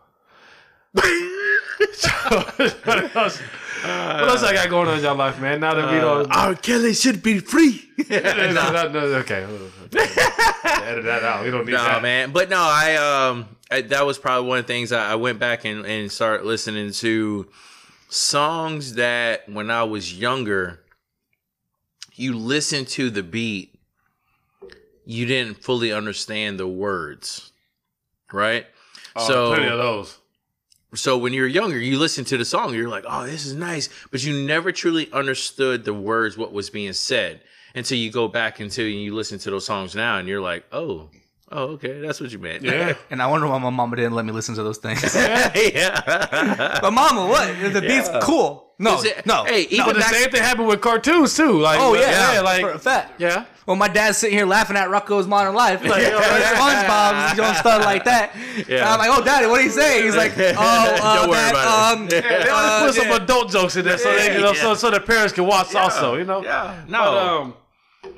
[SPEAKER 1] So, what else? What else I got going on in your life, man? Now
[SPEAKER 3] Uh,
[SPEAKER 1] that we don't,
[SPEAKER 3] R. Kelly should be <laughs> free.
[SPEAKER 1] <laughs> no, no, no, okay, edit that out. We don't need
[SPEAKER 3] no
[SPEAKER 1] that.
[SPEAKER 3] man but no i um I, that was probably one of the things i, I went back and, and started listening to songs that when i was younger you listen to the beat you didn't fully understand the words right
[SPEAKER 1] Oh,
[SPEAKER 3] so
[SPEAKER 1] plenty of those.
[SPEAKER 3] so when you're younger, you listen to the song, you're like, oh, this is nice, but you never truly understood the words, what was being said, until you go back into and you listen to those songs now, and you're like, oh, oh, okay, that's what you meant.
[SPEAKER 1] Yeah.
[SPEAKER 2] And I wonder why my mama didn't let me listen to those things.
[SPEAKER 1] <laughs>
[SPEAKER 3] <laughs> yeah.
[SPEAKER 2] but mama, what? The beat's cool. No,
[SPEAKER 3] Is it-
[SPEAKER 2] no.
[SPEAKER 3] Hey,
[SPEAKER 2] no.
[SPEAKER 3] even
[SPEAKER 1] Oh, the same thing happened with cartoons too. Like,
[SPEAKER 2] Oh
[SPEAKER 1] well,
[SPEAKER 2] yeah, yeah,
[SPEAKER 1] like,
[SPEAKER 2] for a fact.
[SPEAKER 1] yeah.
[SPEAKER 2] Well, my dad's sitting here laughing at Rocco's Modern Life, like you know, SpongeBob's doing stuff like that. And I'm like, oh, daddy, what did he say? He's like, oh, uh,
[SPEAKER 3] Don't worry
[SPEAKER 2] that,
[SPEAKER 3] about it.
[SPEAKER 2] um,
[SPEAKER 1] They
[SPEAKER 2] uh,
[SPEAKER 1] always put
[SPEAKER 2] yeah.
[SPEAKER 1] some adult jokes in there, so they, you know, so, so the parents can watch also. You know,
[SPEAKER 3] Yeah. No.
[SPEAKER 1] But, um,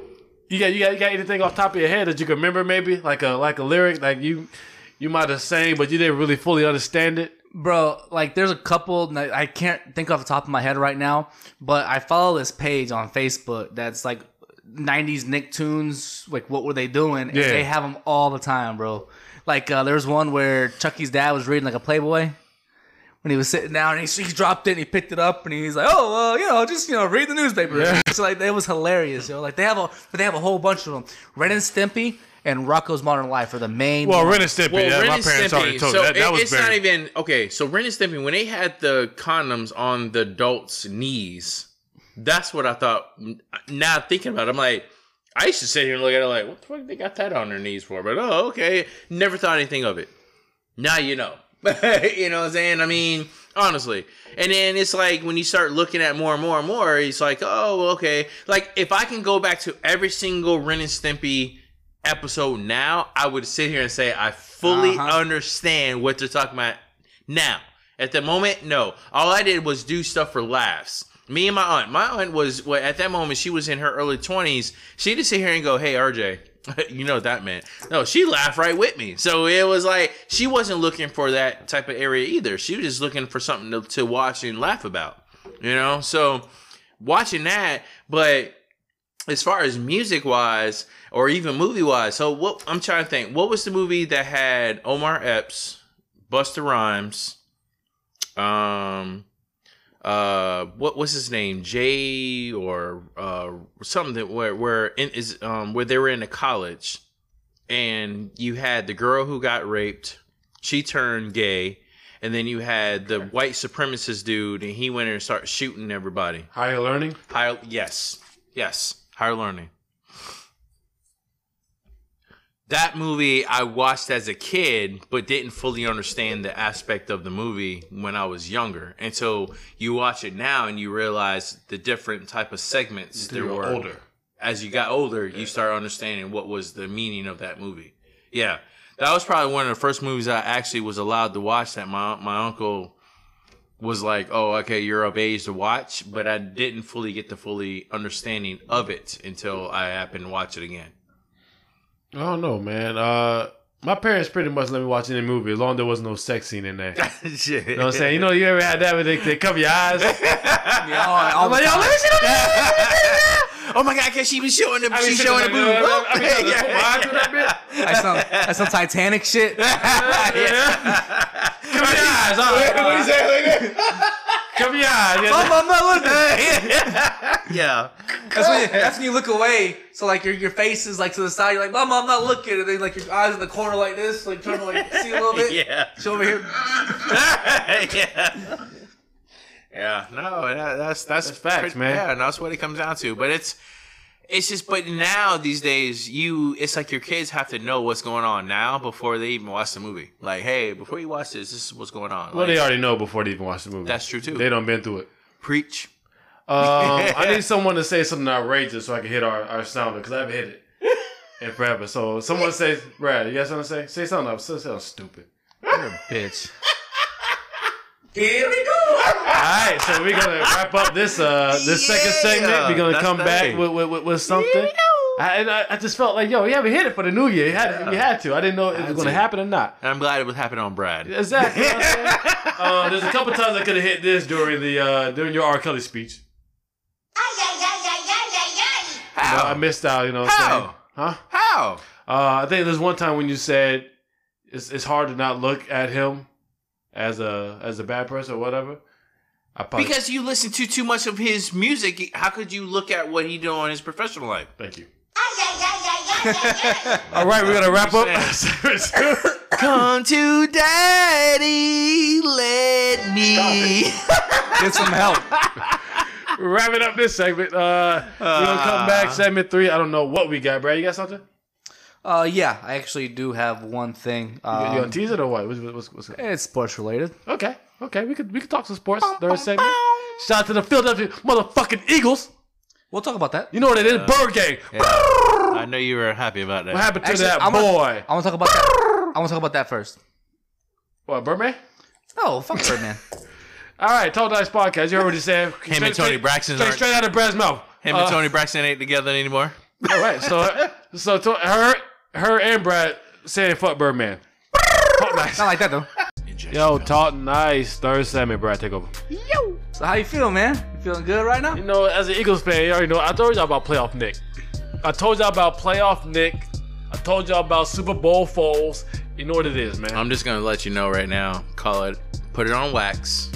[SPEAKER 1] you got you got you got anything off top of your head that you can remember? Maybe like a like a lyric like you you might have sang, but you didn't really fully understand it.
[SPEAKER 2] bro like there's a couple and I I can't think off the top of my head right now but i follow this page on facebook that's like 90s nicktoons like what were they doing and
[SPEAKER 1] Yeah.
[SPEAKER 2] they have them all the time bro like uh, there was one where chucky's dad was reading like a playboy when he was sitting down and he, he dropped it and he picked it up and he's like oh well you know just you know read the newspaper <laughs> so like it was hilarious yo like they have a but they have a whole bunch of them ren and stimpy and rocco's modern life are the main <laughs>
[SPEAKER 1] Well,
[SPEAKER 2] ones.
[SPEAKER 1] Ren and Stimpy.
[SPEAKER 3] well,
[SPEAKER 1] yeah,
[SPEAKER 3] Ren
[SPEAKER 1] my
[SPEAKER 3] and
[SPEAKER 1] parents already
[SPEAKER 3] Stimpy,
[SPEAKER 1] told
[SPEAKER 3] so
[SPEAKER 1] me that. That
[SPEAKER 3] it-
[SPEAKER 1] was
[SPEAKER 3] it's
[SPEAKER 1] very.
[SPEAKER 3] not even okay. So Ren and Stimpy, when they had the condoms on the adults' knees, that's what I thought. Now thinking about, it, I'm like, I used to sit here and look at it like, what the fuck they got that on their knees for? But oh, okay. Never thought anything of it. Now you know. you know what I'm saying? I mean, honestly. And then it's like when you start looking at more and more and more, it's like, oh, well, okay. Like if I can go back to every single Ren and Stimpy episode now, I would sit here and say I fully
[SPEAKER 2] Uh-huh.
[SPEAKER 3] understand what they're talking about now. At the moment, no. All I did was do stuff for laughs. Me and my aunt. My aunt was well, at that moment she was in her early twenties. She didn't sit here and go, "Hey, RJ." <laughs> you know what that meant. No, she laughed right with me. So it was like she wasn't looking for that type of area either. She was just looking for something to, to watch and laugh about. You know, so watching that, but as far as music wise or even movie wise, so what I'm trying to think, what was the movie that had Omar Epps, Buster Rhymes, um, uh, what was his name, Jay or uh something that where where in is um where they were in a college, and you had the girl who got raped, she turned gay. And then you had the white supremacist dude, and he went in and started shooting everybody.
[SPEAKER 1] Higher learning.
[SPEAKER 3] Higher, yes, yes, higher learning. That movie I watched as a kid, but didn't fully understand the aspect of the movie when I was younger. And so you watch it now, and you realize the different type of segments there
[SPEAKER 1] You're
[SPEAKER 3] were.
[SPEAKER 1] older.
[SPEAKER 3] As you got older, you start understanding what was the meaning of that movie. Yeah, that was probably one of the first movies I actually was allowed to watch. That my my uncle was like, oh, okay, you're of age to watch, but I didn't fully get the fully understanding of it until I happened to watch it <laughs> again.
[SPEAKER 1] I don't know, man. Uh, my parents pretty much let me watch any movie as long as there was no sex scene in there. You
[SPEAKER 3] Shit.
[SPEAKER 1] know what I'm saying? You know, you ever had that where they, they cover your eyes?
[SPEAKER 2] Yeah, all- all
[SPEAKER 1] I'm
[SPEAKER 2] the
[SPEAKER 1] like, yo,
[SPEAKER 2] time.
[SPEAKER 1] let me see that.
[SPEAKER 3] oh my god, cause she was showing the
[SPEAKER 1] I mean,
[SPEAKER 3] she showing the boob.
[SPEAKER 1] I mean, I mean, put my eye through that bit.
[SPEAKER 2] That's some, that's some Titanic <laughs> shit.
[SPEAKER 1] Cover your eyes. all right.
[SPEAKER 3] What is that?
[SPEAKER 1] Cover
[SPEAKER 3] yeah, yeah.
[SPEAKER 2] I'm, I'm not looking. <laughs>
[SPEAKER 3] yeah.
[SPEAKER 2] That's when, you, that's when you look away. So like your your face is like to the side. You're like, Mom, I'm not looking. And then like your eyes in the corner like this, like trying to like see a little <laughs> bit.
[SPEAKER 3] <laughs> Yeah.
[SPEAKER 2] She's over here.
[SPEAKER 3] <laughs> yeah. Yeah. No, that, that's that's,
[SPEAKER 1] facts,
[SPEAKER 3] pretty-
[SPEAKER 1] man.
[SPEAKER 3] Yeah, and that's what it comes down to. But it's it's just but now these days you it's like your kids have to know what's going on now before they even watch the movie. Like, hey, before you watch this, this is what's going on.
[SPEAKER 1] Well,
[SPEAKER 3] Like,
[SPEAKER 1] they already know before they even watch the movie.
[SPEAKER 3] That's true, too.
[SPEAKER 1] They done been through it.
[SPEAKER 3] preach.
[SPEAKER 1] Um, I need someone to say something outrageous so I can hit our, our sounder because I haven't hit it in forever. So someone says, Brad, you got something to say? Say something. Say something stupid.
[SPEAKER 3] Bitch.
[SPEAKER 2] Here we go.
[SPEAKER 1] All right, so we're
[SPEAKER 3] <laughs>
[SPEAKER 1] gonna wrap up this uh this second
[SPEAKER 3] Yeah,
[SPEAKER 1] segment. We're gonna
[SPEAKER 3] that's
[SPEAKER 1] come
[SPEAKER 3] the
[SPEAKER 1] back
[SPEAKER 3] thing.
[SPEAKER 1] with, with, with, with something. I, and I, I just felt like, yo, we haven't hit it for the new year. You had, We had to. I didn't know if it was
[SPEAKER 3] Had
[SPEAKER 1] gonna
[SPEAKER 3] to.
[SPEAKER 1] happen or not.
[SPEAKER 3] And I'm glad it was happening on Brad.
[SPEAKER 1] Exactly. you know what
[SPEAKER 3] <laughs>
[SPEAKER 1] I'm saying? uh, there's a couple times I could have hit this during the uh, during your R. Kelly speech.
[SPEAKER 3] How?
[SPEAKER 1] But I missed out. You know. What I'm
[SPEAKER 3] How?
[SPEAKER 1] saying? Huh?
[SPEAKER 3] How?
[SPEAKER 1] Uh, I think there's one time when you said it's it's hard to not look at him as a as a bad person or whatever. I probably
[SPEAKER 3] Because you listen to too much of his music. How could you look at what he do on his professional life?
[SPEAKER 1] thank
[SPEAKER 3] <laughs>
[SPEAKER 1] you. <laughs>
[SPEAKER 4] Hey,
[SPEAKER 1] All right, we're gonna wrap up. <laughs>
[SPEAKER 3] Come to daddy, let me.
[SPEAKER 2] Get some help.
[SPEAKER 1] Wrapping up this segment. Uh, we're gonna come
[SPEAKER 3] Ah.
[SPEAKER 1] back segment three. I don't know what we got, Brad. You got something?
[SPEAKER 2] <laughs> Uh, yeah, I actually do have one thing.
[SPEAKER 1] You, you
[SPEAKER 2] Um,
[SPEAKER 1] gonna tease it or what? What's, what's, what's, what's-
[SPEAKER 2] it's sports related.
[SPEAKER 1] okay, okay. We could we could talk some sports third segment. Shout out to the Philadelphia motherfucking Eagles.
[SPEAKER 2] We'll talk about that.
[SPEAKER 1] You know what it is, Bird Gang.
[SPEAKER 3] I know you were happy about that.
[SPEAKER 1] What happened to
[SPEAKER 2] Actually,
[SPEAKER 1] that
[SPEAKER 2] I'm gonna-
[SPEAKER 1] boy?
[SPEAKER 2] I want to talk about that. I want to talk about that first.
[SPEAKER 1] What Birdman?
[SPEAKER 2] Oh, fuck Birdman.
[SPEAKER 1] All right, Tall Dice Podcast. You heard what he said.
[SPEAKER 3] <laughs> Him and Tony Braxton
[SPEAKER 1] Straight,
[SPEAKER 3] aren't-
[SPEAKER 1] straight out of Brad's mouth.
[SPEAKER 3] Him
[SPEAKER 1] Uh,
[SPEAKER 3] and Tony Braxton ain't together anymore.
[SPEAKER 1] <laughs> All right, so so to, her her and Brad saying fuck Birdman. Talk nice.
[SPEAKER 3] <laughs>
[SPEAKER 2] Not like that though.
[SPEAKER 1] Yo, talk nice. Third segment, Brad, take over.
[SPEAKER 2] So how you feeling, man? You feeling good right now?
[SPEAKER 1] You know, as an Eagles fan, you already know. I told y'all about playoff Nick. I told y'all about playoff Nick. I told y'all about Super Bowl Foles. You know what it is, man.
[SPEAKER 3] I'm just gonna let you know right now. Call it. Put it on wax.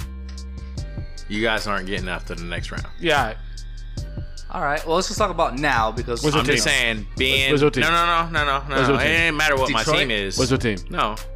[SPEAKER 3] You guys aren't getting up to the next round.
[SPEAKER 1] yeah, all right.
[SPEAKER 2] All right. Well, let's just talk about now because
[SPEAKER 1] What's
[SPEAKER 3] I'm
[SPEAKER 1] your
[SPEAKER 3] just
[SPEAKER 1] team?
[SPEAKER 3] saying, being
[SPEAKER 1] Where's
[SPEAKER 3] no,
[SPEAKER 1] your
[SPEAKER 3] no,
[SPEAKER 1] team?
[SPEAKER 3] no, no, no,
[SPEAKER 1] Where's
[SPEAKER 3] no.
[SPEAKER 1] your
[SPEAKER 3] It
[SPEAKER 1] team?
[SPEAKER 3] ain't matter what my
[SPEAKER 2] Detroit?
[SPEAKER 3] team is.
[SPEAKER 1] What's your team?
[SPEAKER 3] No, my team.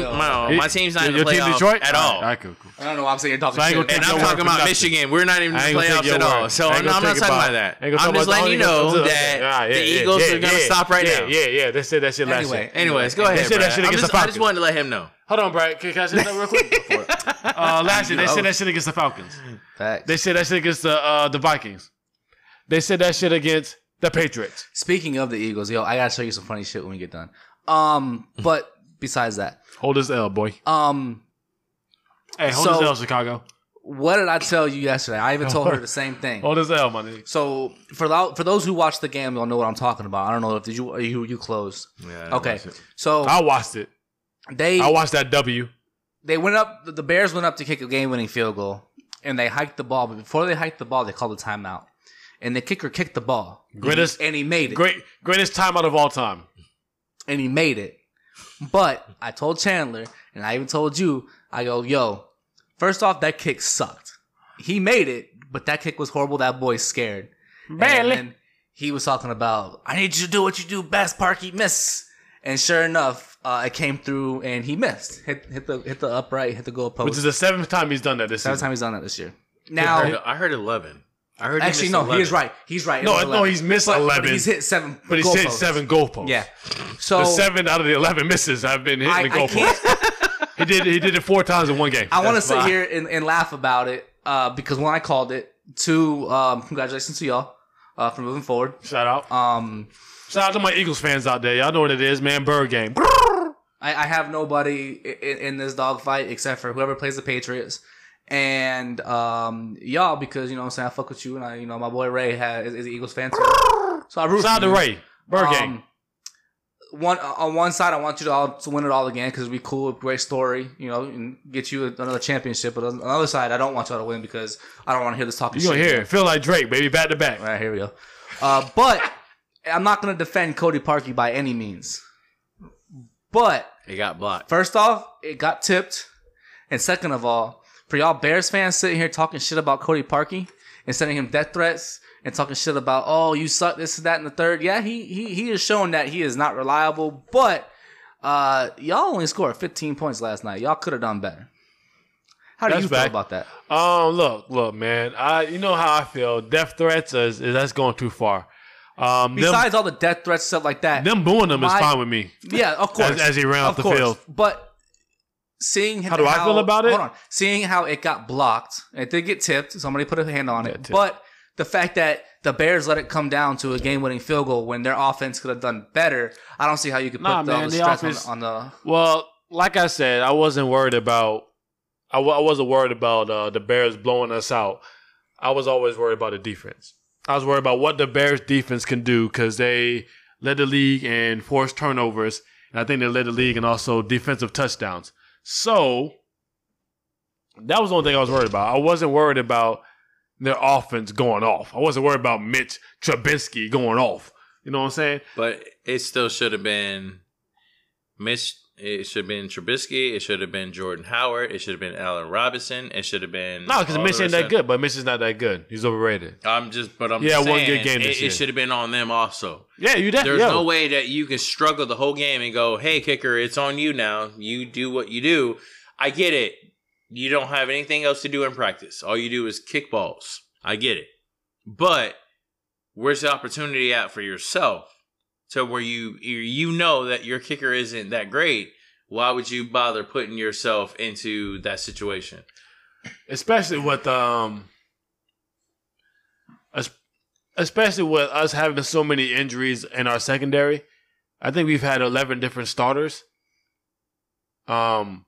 [SPEAKER 2] Jacksonville.
[SPEAKER 3] No, my team's not in the
[SPEAKER 1] your team
[SPEAKER 3] playoffs
[SPEAKER 1] Detroit
[SPEAKER 3] at all.
[SPEAKER 1] All right, cool, cool.
[SPEAKER 2] I don't know. why I'm saying you're talking
[SPEAKER 1] So I ain't
[SPEAKER 2] shit.
[SPEAKER 1] gonna
[SPEAKER 3] And
[SPEAKER 1] Take
[SPEAKER 3] I'm
[SPEAKER 1] your
[SPEAKER 3] talking
[SPEAKER 1] word
[SPEAKER 3] about
[SPEAKER 1] for nothing.
[SPEAKER 3] Michigan. We're not even in
[SPEAKER 1] I ain't
[SPEAKER 3] the
[SPEAKER 1] gonna take
[SPEAKER 3] playoffs
[SPEAKER 1] your
[SPEAKER 3] at all.
[SPEAKER 1] word.
[SPEAKER 3] So
[SPEAKER 1] I ain't
[SPEAKER 3] I'm,
[SPEAKER 1] gonna
[SPEAKER 3] I'm not
[SPEAKER 1] take
[SPEAKER 3] talking
[SPEAKER 1] about-
[SPEAKER 3] about that.
[SPEAKER 1] I ain't gonna
[SPEAKER 3] I'm
[SPEAKER 1] talk
[SPEAKER 3] just
[SPEAKER 1] about-
[SPEAKER 3] letting
[SPEAKER 1] oh,
[SPEAKER 3] you
[SPEAKER 1] they gonna-
[SPEAKER 3] know
[SPEAKER 1] yeah,
[SPEAKER 3] that
[SPEAKER 1] yeah,
[SPEAKER 3] the
[SPEAKER 1] yeah,
[SPEAKER 3] Eagles
[SPEAKER 1] yeah,
[SPEAKER 3] are going to
[SPEAKER 1] yeah,
[SPEAKER 3] stop right
[SPEAKER 1] yeah,
[SPEAKER 3] now.
[SPEAKER 1] Yeah, yeah, they said that shit last
[SPEAKER 2] Anyway.
[SPEAKER 1] year.
[SPEAKER 3] Anyways, go ahead.
[SPEAKER 1] said that
[SPEAKER 3] bruh.
[SPEAKER 1] shit
[SPEAKER 3] I'm
[SPEAKER 1] against
[SPEAKER 3] just,
[SPEAKER 1] the
[SPEAKER 3] I
[SPEAKER 1] Falcons.
[SPEAKER 3] just wanted to let him know.
[SPEAKER 1] Hold on, Brad. Can, can I say that real
[SPEAKER 3] <laughs>
[SPEAKER 1] quick? Go for it. uh, last year, they said that shit against the Falcons.
[SPEAKER 2] Facts.
[SPEAKER 1] They said that shit against the uh, the Vikings. They said that shit against the Patriots.
[SPEAKER 2] Speaking of the Eagles, yo, I gotta show you some funny shit when we get done.
[SPEAKER 1] <laughs>
[SPEAKER 2] Um, but besides that,
[SPEAKER 1] Hold this L, boy.
[SPEAKER 2] um,
[SPEAKER 1] Hey, hold
[SPEAKER 2] So-
[SPEAKER 1] this L, Chicago.
[SPEAKER 2] what did I tell you yesterday?
[SPEAKER 1] <laughs>
[SPEAKER 2] I even told her the same thing.
[SPEAKER 1] Hold this L, my nigga.
[SPEAKER 2] So for thou- for those who watched the game, you'll know what I'm talking about. I don't know if did you are you you closed? Okay, so
[SPEAKER 1] I watched it.
[SPEAKER 2] they
[SPEAKER 1] I watched that W.
[SPEAKER 2] they went up. The Bears went up to kick a game-winning field goal, and they hiked the ball. But before they hiked the ball, they called a timeout, and the kicker kicked the ball,
[SPEAKER 1] Greatest,
[SPEAKER 2] and he made it.
[SPEAKER 1] great, greatest timeout of all time.
[SPEAKER 2] and he made it. But I told Chandler, and I even told you, I go, yo, first off, that kick sucked. He made it, but that kick was horrible. That boy's scared.
[SPEAKER 1] Barely.
[SPEAKER 2] And then he was talking about, I need you to do what you do best, Parky, miss. And sure enough, uh, it came through and he missed. Hit, hit the hit the upright, hit the goal
[SPEAKER 1] Which is
[SPEAKER 2] post.
[SPEAKER 1] the seventh time he's done that this
[SPEAKER 2] That's
[SPEAKER 1] season.
[SPEAKER 2] the time he's done that this year.
[SPEAKER 3] I heard,
[SPEAKER 2] Now,
[SPEAKER 3] I heard 11. I heard he
[SPEAKER 2] actually,
[SPEAKER 3] missed
[SPEAKER 2] no,
[SPEAKER 3] 11.
[SPEAKER 2] he is right. He's right. It
[SPEAKER 1] No,
[SPEAKER 2] was
[SPEAKER 1] no,
[SPEAKER 2] 11.
[SPEAKER 1] he's missed
[SPEAKER 2] But-
[SPEAKER 1] 11.
[SPEAKER 2] But he's hit seven.
[SPEAKER 1] But he's
[SPEAKER 2] goal
[SPEAKER 1] hit
[SPEAKER 2] posts.
[SPEAKER 1] seven goalposts.
[SPEAKER 2] Yeah. So
[SPEAKER 1] the seven out of the eleven misses have been hitting
[SPEAKER 2] I,
[SPEAKER 1] the
[SPEAKER 2] I
[SPEAKER 1] goalposts.
[SPEAKER 2] can't.
[SPEAKER 1] He did. He did it four times in one game.
[SPEAKER 2] I want to
[SPEAKER 1] That's
[SPEAKER 2] sit
[SPEAKER 1] fine.
[SPEAKER 2] here and, and laugh about it uh, because when I called it, two um, congratulations to y'all uh, for moving forward.
[SPEAKER 1] Shout out.
[SPEAKER 2] Um,
[SPEAKER 1] Shout out to my Eagles fans out there. Y'all know what it is, man. Bird game.
[SPEAKER 2] I, I have nobody in, in this dogfight except for whoever plays the Patriots and um, y'all because you know what I'm saying I fuck with you and I you know my boy Ray has, is, is an Eagles fan too. So I root
[SPEAKER 1] Shout out
[SPEAKER 2] for
[SPEAKER 1] to
[SPEAKER 2] you.
[SPEAKER 1] Ray. Bird game.
[SPEAKER 2] Um, one uh, on one side, I want you to all to win it all again because it'd be cool, great story, you know, and get you another championship. But on the other side, I don't want y'all to win because I don't want to hear this talking.
[SPEAKER 1] You gonna
[SPEAKER 2] shit.
[SPEAKER 1] hear it. Feel like Drake, baby. Back to back.
[SPEAKER 2] All right, here we go. Uh, but I'm not going to defend Cody Parkey by any means. But
[SPEAKER 3] He got blocked.
[SPEAKER 2] first off, it got tipped, and second of all, for y'all Bears fans sitting here talking shit about Cody Parkey and sending him death threats and talking shit about oh you suck this that and the third. Yeah, he he he has shown that he is not reliable. But uh, y'all only scored 15 points last night. Y'all could have done better. How do
[SPEAKER 1] That's
[SPEAKER 2] you
[SPEAKER 1] back.
[SPEAKER 2] feel about that?
[SPEAKER 1] Um, look, look, man. I you know how I feel. Death threats is, is that's going too far. Um, them,
[SPEAKER 2] Besides all the death threats stuff like that.
[SPEAKER 1] them booing them is
[SPEAKER 2] my-
[SPEAKER 1] fine with me.
[SPEAKER 2] Yeah, of course.
[SPEAKER 1] As- as he ran
[SPEAKER 2] Of
[SPEAKER 1] off the
[SPEAKER 2] course.
[SPEAKER 1] field.
[SPEAKER 2] But seeing how
[SPEAKER 1] do I feel about it?
[SPEAKER 2] Hold on, seeing how it got blocked, it did get tipped. Somebody put a hand on it,
[SPEAKER 1] tipped.
[SPEAKER 2] but the fact that the Bears let it come down to a game-winning field goal when their offense could have done better, I don't see how you could put
[SPEAKER 1] Nah,
[SPEAKER 2] the,
[SPEAKER 1] man,
[SPEAKER 2] all the
[SPEAKER 1] the
[SPEAKER 2] stress
[SPEAKER 1] offense-
[SPEAKER 2] on, on
[SPEAKER 1] Well, like I said, I wasn't worried about. I w- I wasn't worried about uh, the Bears blowing us out. I was always worried about the defense. I was worried about what the Bears defense can do because they led the league in forced turnovers, and I think they led the league in also defensive touchdowns. So that was the only thing I was worried about. I wasn't worried about their offense going off. I wasn't worried about Mitch Trubisky going off. You know what I'm saying?
[SPEAKER 3] But it still should have been Mitch. It should have been Trubisky. It should have been Jordan Howard. It should have been Allen Robinson. It should have been
[SPEAKER 1] No, because
[SPEAKER 3] all
[SPEAKER 1] Mitch
[SPEAKER 3] the
[SPEAKER 1] ain't
[SPEAKER 3] rest
[SPEAKER 1] that
[SPEAKER 3] of-
[SPEAKER 1] good, but Mitch is not that good. He's overrated.
[SPEAKER 3] I'm just, but I'm
[SPEAKER 1] Yeah,
[SPEAKER 3] just
[SPEAKER 1] one
[SPEAKER 3] saying,
[SPEAKER 1] good game
[SPEAKER 3] It,
[SPEAKER 1] this
[SPEAKER 3] it
[SPEAKER 1] year.
[SPEAKER 3] should have been on them also.
[SPEAKER 1] Yeah, you definitely.
[SPEAKER 3] <laughs> There's no way that you can struggle the whole game and go, "Hey, kicker, it's on you now. You do what you do." I get it. You don't have anything else to do in practice. All you do is kick balls. I get it. But where's the opportunity at for yourself to where you you know that your kicker isn't that great? Why would you bother putting yourself into that situation?
[SPEAKER 1] especially with um, es- especially with us having so many injuries in our secondary. I think we've had eleven different starters. Um,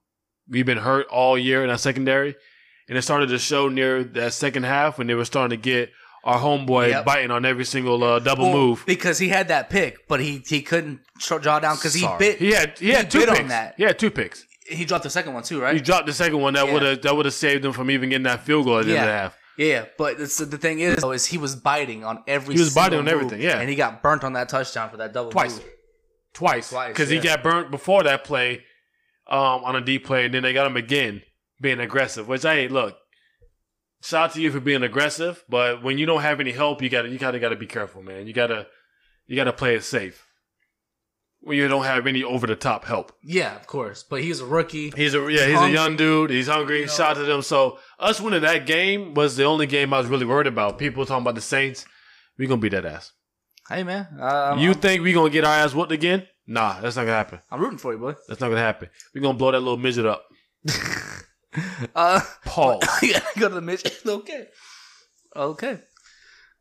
[SPEAKER 1] we've been hurt all year in our secondary, and it started to show near that second half when they were starting to get our homeboy
[SPEAKER 2] Yep.
[SPEAKER 1] biting on every single uh, double
[SPEAKER 2] Well,
[SPEAKER 1] move.
[SPEAKER 2] because he had that pick, but he he couldn't tr- draw down because he
[SPEAKER 1] Sorry.
[SPEAKER 2] bit.
[SPEAKER 1] He had he had two
[SPEAKER 2] bit on
[SPEAKER 1] picks.
[SPEAKER 2] that.
[SPEAKER 1] He had two picks.
[SPEAKER 2] He dropped the second one too,
[SPEAKER 1] You
[SPEAKER 2] right?
[SPEAKER 1] dropped the second one that
[SPEAKER 2] Yeah.
[SPEAKER 1] would have that would have saved them from even getting that field goal at the end of
[SPEAKER 2] Yeah.
[SPEAKER 1] the half.
[SPEAKER 2] Yeah, but it's, the thing is, though, is he was biting on every.
[SPEAKER 1] He was biting
[SPEAKER 2] single
[SPEAKER 1] on
[SPEAKER 2] move,
[SPEAKER 1] everything, yeah.
[SPEAKER 2] and he got burnt on that touchdown for that double
[SPEAKER 1] Twice.
[SPEAKER 2] move.
[SPEAKER 1] twice
[SPEAKER 2] Twice,
[SPEAKER 1] because
[SPEAKER 2] yeah.
[SPEAKER 1] he got burnt before that play um, on a deep play, and then they got him again being aggressive. Which hey, look, shout out to you for being aggressive, but when you don't have any help, you gotta you gotta gotta be careful, man. You gotta you gotta play it safe when you don't have any over the top help.
[SPEAKER 2] Yeah, of course, but he's a rookie.
[SPEAKER 1] He's a yeah, he's a young dude. He's hungry. Shout out to them. So us winning that game was the only game I was really worried about. People talking about the Saints. We gonna beat that ass.
[SPEAKER 2] Hey man, um,
[SPEAKER 1] you think we gonna get our ass whooped again? Nah, that's not gonna happen.
[SPEAKER 2] I'm rooting for you, boy.
[SPEAKER 1] That's not gonna happen. We're gonna blow that little midget up.
[SPEAKER 2] Uh, <laughs>
[SPEAKER 1] Paul.
[SPEAKER 2] you gotta go to the midget. <laughs> okay, okay.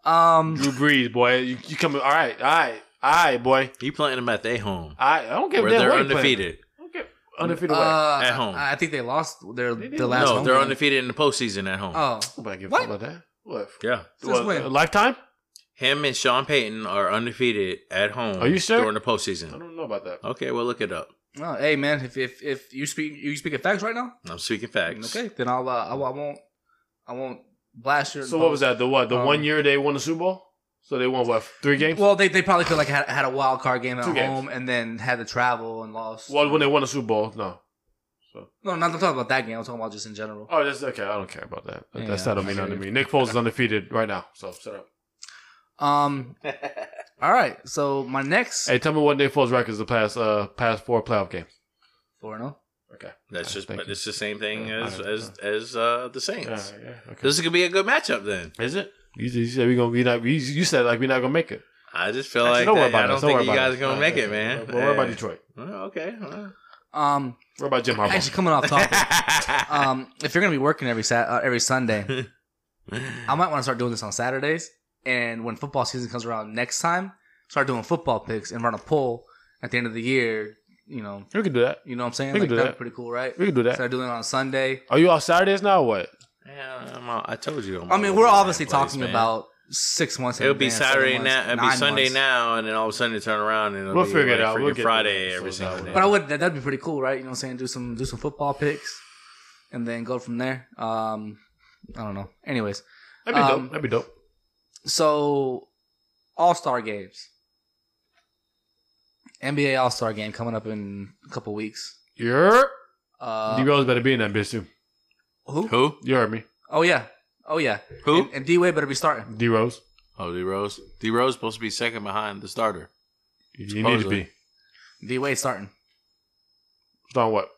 [SPEAKER 2] Um,
[SPEAKER 1] Drew Brees, boy. You, you coming all right, all right, all right, boy.
[SPEAKER 3] You playing them at their home,
[SPEAKER 1] I I don't give a
[SPEAKER 3] where
[SPEAKER 1] damn
[SPEAKER 3] they're
[SPEAKER 1] where you playing.
[SPEAKER 3] undefeated.
[SPEAKER 1] I don't give undefeated
[SPEAKER 2] uh,
[SPEAKER 1] away.
[SPEAKER 3] At home.
[SPEAKER 2] I I think they lost their
[SPEAKER 1] didn't
[SPEAKER 2] the last.
[SPEAKER 3] No,
[SPEAKER 2] home
[SPEAKER 3] they're
[SPEAKER 2] game.
[SPEAKER 3] undefeated in the postseason at home.
[SPEAKER 2] Oh,
[SPEAKER 1] Nobody give a
[SPEAKER 2] What?
[SPEAKER 1] fuck about that. What?
[SPEAKER 3] Yeah.
[SPEAKER 2] Since
[SPEAKER 1] what,
[SPEAKER 2] when?
[SPEAKER 1] a lifetime?
[SPEAKER 3] Him and Sean Payton are undefeated at home.
[SPEAKER 1] Are you sure?
[SPEAKER 3] During the
[SPEAKER 1] I
[SPEAKER 3] postseason.
[SPEAKER 1] don't know about that.
[SPEAKER 3] Okay, well, look it up.
[SPEAKER 2] oh, hey man, if if if you speak you speak of facts right now,
[SPEAKER 3] I'm speaking facts.
[SPEAKER 2] okay, then I'll uh, I, won't- I won't I won't blast your.
[SPEAKER 1] So what was that? The what? The
[SPEAKER 2] Um,
[SPEAKER 1] one year they won the Super Bowl? So they won what? Three games? Well,
[SPEAKER 2] Well, they, they probably could like had, had a wild card game at
[SPEAKER 1] Two games.
[SPEAKER 2] home and then had to travel and lost.
[SPEAKER 1] when they won the Super Bowl, no.
[SPEAKER 2] no, not I'm talking about that game. I'm talking about just in general.
[SPEAKER 1] Oh, that's okay. I don't care about that.
[SPEAKER 2] Yeah,
[SPEAKER 1] that's that don't mean
[SPEAKER 2] okay.
[SPEAKER 1] nothing to me. Nick Foles is undefeated right now. So shut up.
[SPEAKER 3] <laughs>
[SPEAKER 2] Um. all right. So my next
[SPEAKER 1] Hey, tell me what Nick Foles' record is the past uh past four playoff games.
[SPEAKER 2] four and oh.
[SPEAKER 1] Okay.
[SPEAKER 3] That's just,
[SPEAKER 1] Thank
[SPEAKER 3] but
[SPEAKER 1] you.
[SPEAKER 3] it's the same thing
[SPEAKER 1] Yeah,
[SPEAKER 3] as
[SPEAKER 1] I-
[SPEAKER 3] as as uh, the Saints.
[SPEAKER 1] Yeah, yeah, okay.
[SPEAKER 3] This is gonna be a good matchup then.
[SPEAKER 1] Is it? You, you said we gonna we not you, you said like we're not gonna make it.
[SPEAKER 3] I just feel
[SPEAKER 1] Actually,
[SPEAKER 3] like
[SPEAKER 1] don't worry
[SPEAKER 3] that-
[SPEAKER 1] about
[SPEAKER 3] I
[SPEAKER 1] it.
[SPEAKER 3] don't
[SPEAKER 1] Don't
[SPEAKER 3] think
[SPEAKER 1] worry
[SPEAKER 3] you
[SPEAKER 1] about
[SPEAKER 3] guys
[SPEAKER 1] it.
[SPEAKER 3] are gonna make it, man.
[SPEAKER 1] Well, worry about
[SPEAKER 3] Yeah.
[SPEAKER 1] Detroit.
[SPEAKER 3] Well, Okay. well.
[SPEAKER 2] Um.
[SPEAKER 1] Worry about Jim Harbaugh.
[SPEAKER 2] Actually, coming
[SPEAKER 1] <laughs>
[SPEAKER 2] off topic. um, if you're gonna be working every sat uh, every Sunday, I might want to start doing this on Saturdays. And when football season comes around next time, start doing football picks and run a poll at the end of the year. You know,
[SPEAKER 1] we can do that.
[SPEAKER 2] you know what I'm saying?
[SPEAKER 1] We can
[SPEAKER 2] Like
[SPEAKER 1] do
[SPEAKER 2] that'd
[SPEAKER 1] that.
[SPEAKER 2] be pretty cool, right?
[SPEAKER 1] We can do that.
[SPEAKER 2] Start doing it on Sunday.
[SPEAKER 1] Are you off Saturdays now or what?
[SPEAKER 3] <laughs> Yeah, I'm all- I told you. I'm
[SPEAKER 2] I
[SPEAKER 3] all
[SPEAKER 2] mean,
[SPEAKER 3] over
[SPEAKER 2] we're
[SPEAKER 3] the
[SPEAKER 2] obviously
[SPEAKER 3] place,
[SPEAKER 2] talking
[SPEAKER 3] man.
[SPEAKER 2] about six months. in
[SPEAKER 3] It'll be
[SPEAKER 2] advance, seven
[SPEAKER 3] Saturday
[SPEAKER 2] months,
[SPEAKER 3] now. It'll be
[SPEAKER 2] nine
[SPEAKER 3] Sunday
[SPEAKER 2] months.
[SPEAKER 3] now, and then all of a sudden you turn around and it'll
[SPEAKER 1] We'll
[SPEAKER 3] be
[SPEAKER 1] figure it
[SPEAKER 3] like
[SPEAKER 1] out.
[SPEAKER 3] freaking
[SPEAKER 1] We'll get
[SPEAKER 3] Friday
[SPEAKER 1] through it.
[SPEAKER 3] every
[SPEAKER 1] So
[SPEAKER 3] single day.
[SPEAKER 1] that
[SPEAKER 2] But I would that, that'd be pretty cool, right? You know what I'm saying? Do some do some football picks and then go from there. Um I don't know. Anyways.
[SPEAKER 1] That'd be
[SPEAKER 2] Um,
[SPEAKER 1] dope. That'd be dope.
[SPEAKER 2] So All Star games. NBA All Star game coming up in a couple weeks.
[SPEAKER 1] You're
[SPEAKER 2] Uh
[SPEAKER 1] D Rose better be in that bitch too.
[SPEAKER 2] Who?
[SPEAKER 3] Who?
[SPEAKER 1] You heard me.
[SPEAKER 2] Oh yeah. Oh yeah.
[SPEAKER 3] Who?
[SPEAKER 2] And, and D Wade better be starting.
[SPEAKER 1] D Rose.
[SPEAKER 3] Oh, D Rose. D Rose supposed to be second behind the starter.
[SPEAKER 1] You need to be.
[SPEAKER 3] Supposedly.
[SPEAKER 2] D Wade starting.
[SPEAKER 1] Start what?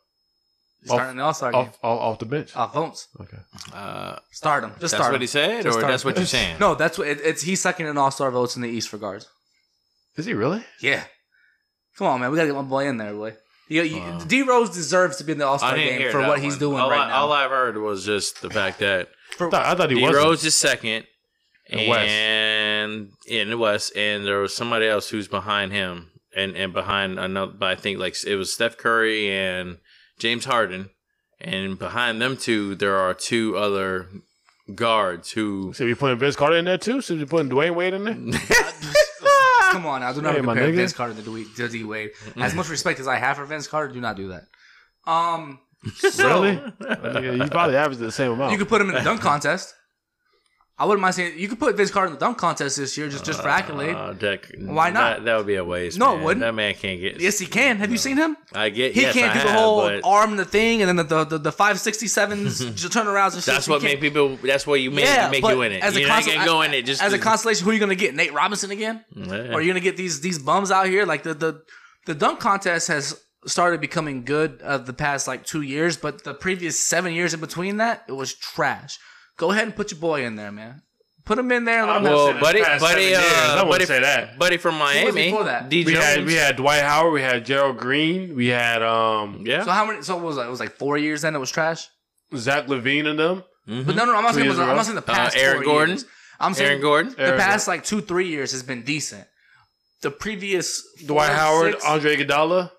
[SPEAKER 2] Starting the All Star game.
[SPEAKER 1] Off, off off the bench.
[SPEAKER 2] Off Holmes.
[SPEAKER 1] Okay.
[SPEAKER 3] Uh,
[SPEAKER 2] Start him. Just
[SPEAKER 3] that's
[SPEAKER 2] start
[SPEAKER 3] what
[SPEAKER 2] him.
[SPEAKER 3] he said,
[SPEAKER 2] Just
[SPEAKER 3] or
[SPEAKER 2] start
[SPEAKER 3] that's
[SPEAKER 2] him.
[SPEAKER 3] what you're saying?
[SPEAKER 2] <laughs> No, that's what it, it's. He's second in All Star votes in the East for guards.
[SPEAKER 1] Is he really?
[SPEAKER 2] Yeah. Come on, man. We gotta get my boy in there, boy. You, you,
[SPEAKER 3] Wow.
[SPEAKER 2] D Rose deserves to be in the All
[SPEAKER 3] I
[SPEAKER 2] Star
[SPEAKER 3] didn't
[SPEAKER 2] game
[SPEAKER 3] hear
[SPEAKER 2] for
[SPEAKER 3] that
[SPEAKER 2] what he's
[SPEAKER 3] one.
[SPEAKER 2] doing
[SPEAKER 3] all
[SPEAKER 2] right
[SPEAKER 3] I,
[SPEAKER 2] now.
[SPEAKER 3] All I've heard was just the
[SPEAKER 2] <laughs>
[SPEAKER 3] fact that
[SPEAKER 1] I thought, I thought he
[SPEAKER 3] D
[SPEAKER 1] was.
[SPEAKER 3] Rose is second,
[SPEAKER 1] The West.
[SPEAKER 3] and in the West, and there was somebody else who's behind him, and and behind another. But I think like it was Steph Curry and James Harden, and behind them two, there are two other guards who.
[SPEAKER 1] Should we putting Vince Carter in there too? Should we putting Dwayne Wade in there?
[SPEAKER 2] Come on, now. Do not
[SPEAKER 1] Hey, my
[SPEAKER 2] compare
[SPEAKER 1] nigga.
[SPEAKER 2] Vince Carter to Dwayne- to D Wade. As much respect as I have for Vince Carter, do not do that. Um, so-
[SPEAKER 1] Really? Nigga, you probably averaged the same amount.
[SPEAKER 2] You could put him in the dunk contest. I wouldn't mind saying you could put Vince Carter in the dunk contest this year just just for accolade.
[SPEAKER 3] Uh, that,
[SPEAKER 2] Why not?
[SPEAKER 3] That, that would be a waste.
[SPEAKER 2] No, it
[SPEAKER 3] man.
[SPEAKER 2] wouldn't.
[SPEAKER 3] That man can't get.
[SPEAKER 2] yes, he can. Have you seen him?
[SPEAKER 3] I get.
[SPEAKER 2] He
[SPEAKER 3] yes,
[SPEAKER 2] can't
[SPEAKER 3] I
[SPEAKER 2] do the
[SPEAKER 3] have,
[SPEAKER 2] whole
[SPEAKER 3] but
[SPEAKER 2] arm the thing and then the the, the, the five sixty
[SPEAKER 3] <laughs>
[SPEAKER 2] sevens turnarounds and shit.
[SPEAKER 3] That's what
[SPEAKER 2] He can't-
[SPEAKER 3] make people. That's what you make.
[SPEAKER 2] Yeah,
[SPEAKER 3] make
[SPEAKER 2] but
[SPEAKER 3] you in it.
[SPEAKER 2] as a
[SPEAKER 3] You're not
[SPEAKER 2] consul-
[SPEAKER 3] gonna go in it just
[SPEAKER 2] as a
[SPEAKER 3] to-
[SPEAKER 2] consolation. Who are you gonna get? Nate Robinson again?
[SPEAKER 3] Yeah.
[SPEAKER 2] Or are you gonna get these these bums out here? Like the the the dunk contest has started becoming good uh, the past like two years, but the previous seven years in between that it was trash. Go ahead and put your boy in there, man. Put him in there. and let him have
[SPEAKER 3] Well,
[SPEAKER 2] some-
[SPEAKER 3] buddy,
[SPEAKER 1] past
[SPEAKER 3] buddy, uh,
[SPEAKER 1] seven years. I wouldn't
[SPEAKER 3] buddy,
[SPEAKER 1] say that.
[SPEAKER 3] buddy from Miami.
[SPEAKER 2] before that?
[SPEAKER 3] D
[SPEAKER 1] we
[SPEAKER 3] Jones.
[SPEAKER 1] had we had Dwight Howard, we had Gerald Green, we had um
[SPEAKER 3] yeah.
[SPEAKER 2] So how many? So what was it? It was like four years then. It was trash.
[SPEAKER 1] Zach Levine and them.
[SPEAKER 3] Mm-hmm.
[SPEAKER 2] But no, no, I'm not
[SPEAKER 1] Two
[SPEAKER 2] saying.
[SPEAKER 1] years
[SPEAKER 2] I'm
[SPEAKER 1] in a
[SPEAKER 2] not
[SPEAKER 1] row?
[SPEAKER 2] saying the past.
[SPEAKER 3] Uh, Aaron
[SPEAKER 2] four
[SPEAKER 3] Gordon?
[SPEAKER 2] Years. I'm saying
[SPEAKER 3] Aaron Gordon.
[SPEAKER 2] the
[SPEAKER 1] Aaron
[SPEAKER 2] past like two, three years has been decent. The previous four,
[SPEAKER 1] Dwight Howard,
[SPEAKER 2] six-
[SPEAKER 1] Andre Iguodala.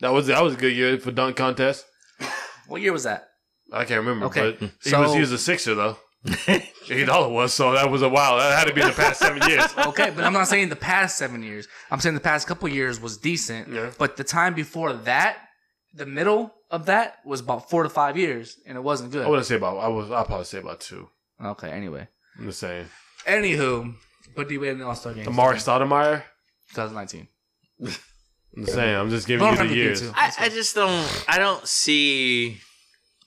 [SPEAKER 1] That was that was a good year for dunk contest.
[SPEAKER 2] what year was that?
[SPEAKER 1] I can't remember,
[SPEAKER 2] Okay,
[SPEAKER 1] but he
[SPEAKER 2] so-
[SPEAKER 1] was he was a sixer though. Iguodala was so that was a while. That had to be the past seven years.
[SPEAKER 2] Okay, but I'm not saying the past seven years. I'm saying the past couple years was decent.
[SPEAKER 1] Yeah.
[SPEAKER 2] But the time before that, the middle of that was about four to five years, and it wasn't
[SPEAKER 1] I
[SPEAKER 2] good.
[SPEAKER 1] wouldn't say about. I was. I probably say about two.
[SPEAKER 2] Okay. Anyway.
[SPEAKER 1] I'm just saying.
[SPEAKER 2] Anywho, put D Wade in the All Star game.
[SPEAKER 1] Amari Stoudemire.
[SPEAKER 2] 2019.
[SPEAKER 1] I'm just saying. I'm just
[SPEAKER 2] Well,
[SPEAKER 1] giving you the
[SPEAKER 2] probably
[SPEAKER 1] years.
[SPEAKER 2] too.
[SPEAKER 3] I, I just don't. I don't see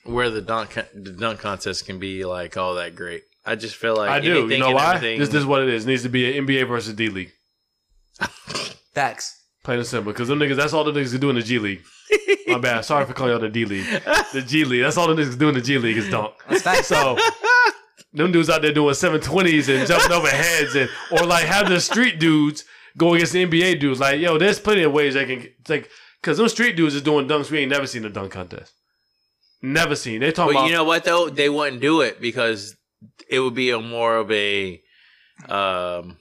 [SPEAKER 3] where the dunk con- the dunk contest can be like all that great. I just feel like
[SPEAKER 1] I do. You
[SPEAKER 3] anything
[SPEAKER 1] know
[SPEAKER 3] and
[SPEAKER 1] why?
[SPEAKER 3] everything-
[SPEAKER 1] This, this is what it is. It needs to be an NBA versus D League.
[SPEAKER 2] Facts.
[SPEAKER 1] Plain and simple. Because them niggas, that's all the niggas can do in the G League. My
[SPEAKER 2] <laughs>
[SPEAKER 1] bad. Sorry for calling y'all the D League. The G League. That's all the niggas can do in the G League is dunk. <laughs>
[SPEAKER 2] That's facts. <laughs>
[SPEAKER 1] So them dudes out there doing 720s and jumping
[SPEAKER 2] <laughs>
[SPEAKER 1] over heads and or like have the street dudes go against the NBA dudes. Like, yo, there's plenty of ways they can like cause them street dudes is doing dunks we ain't never seen a dunk contest. Never seen. They talking
[SPEAKER 3] But
[SPEAKER 1] about
[SPEAKER 3] you know what though? They wouldn't do it because it would be a more of a um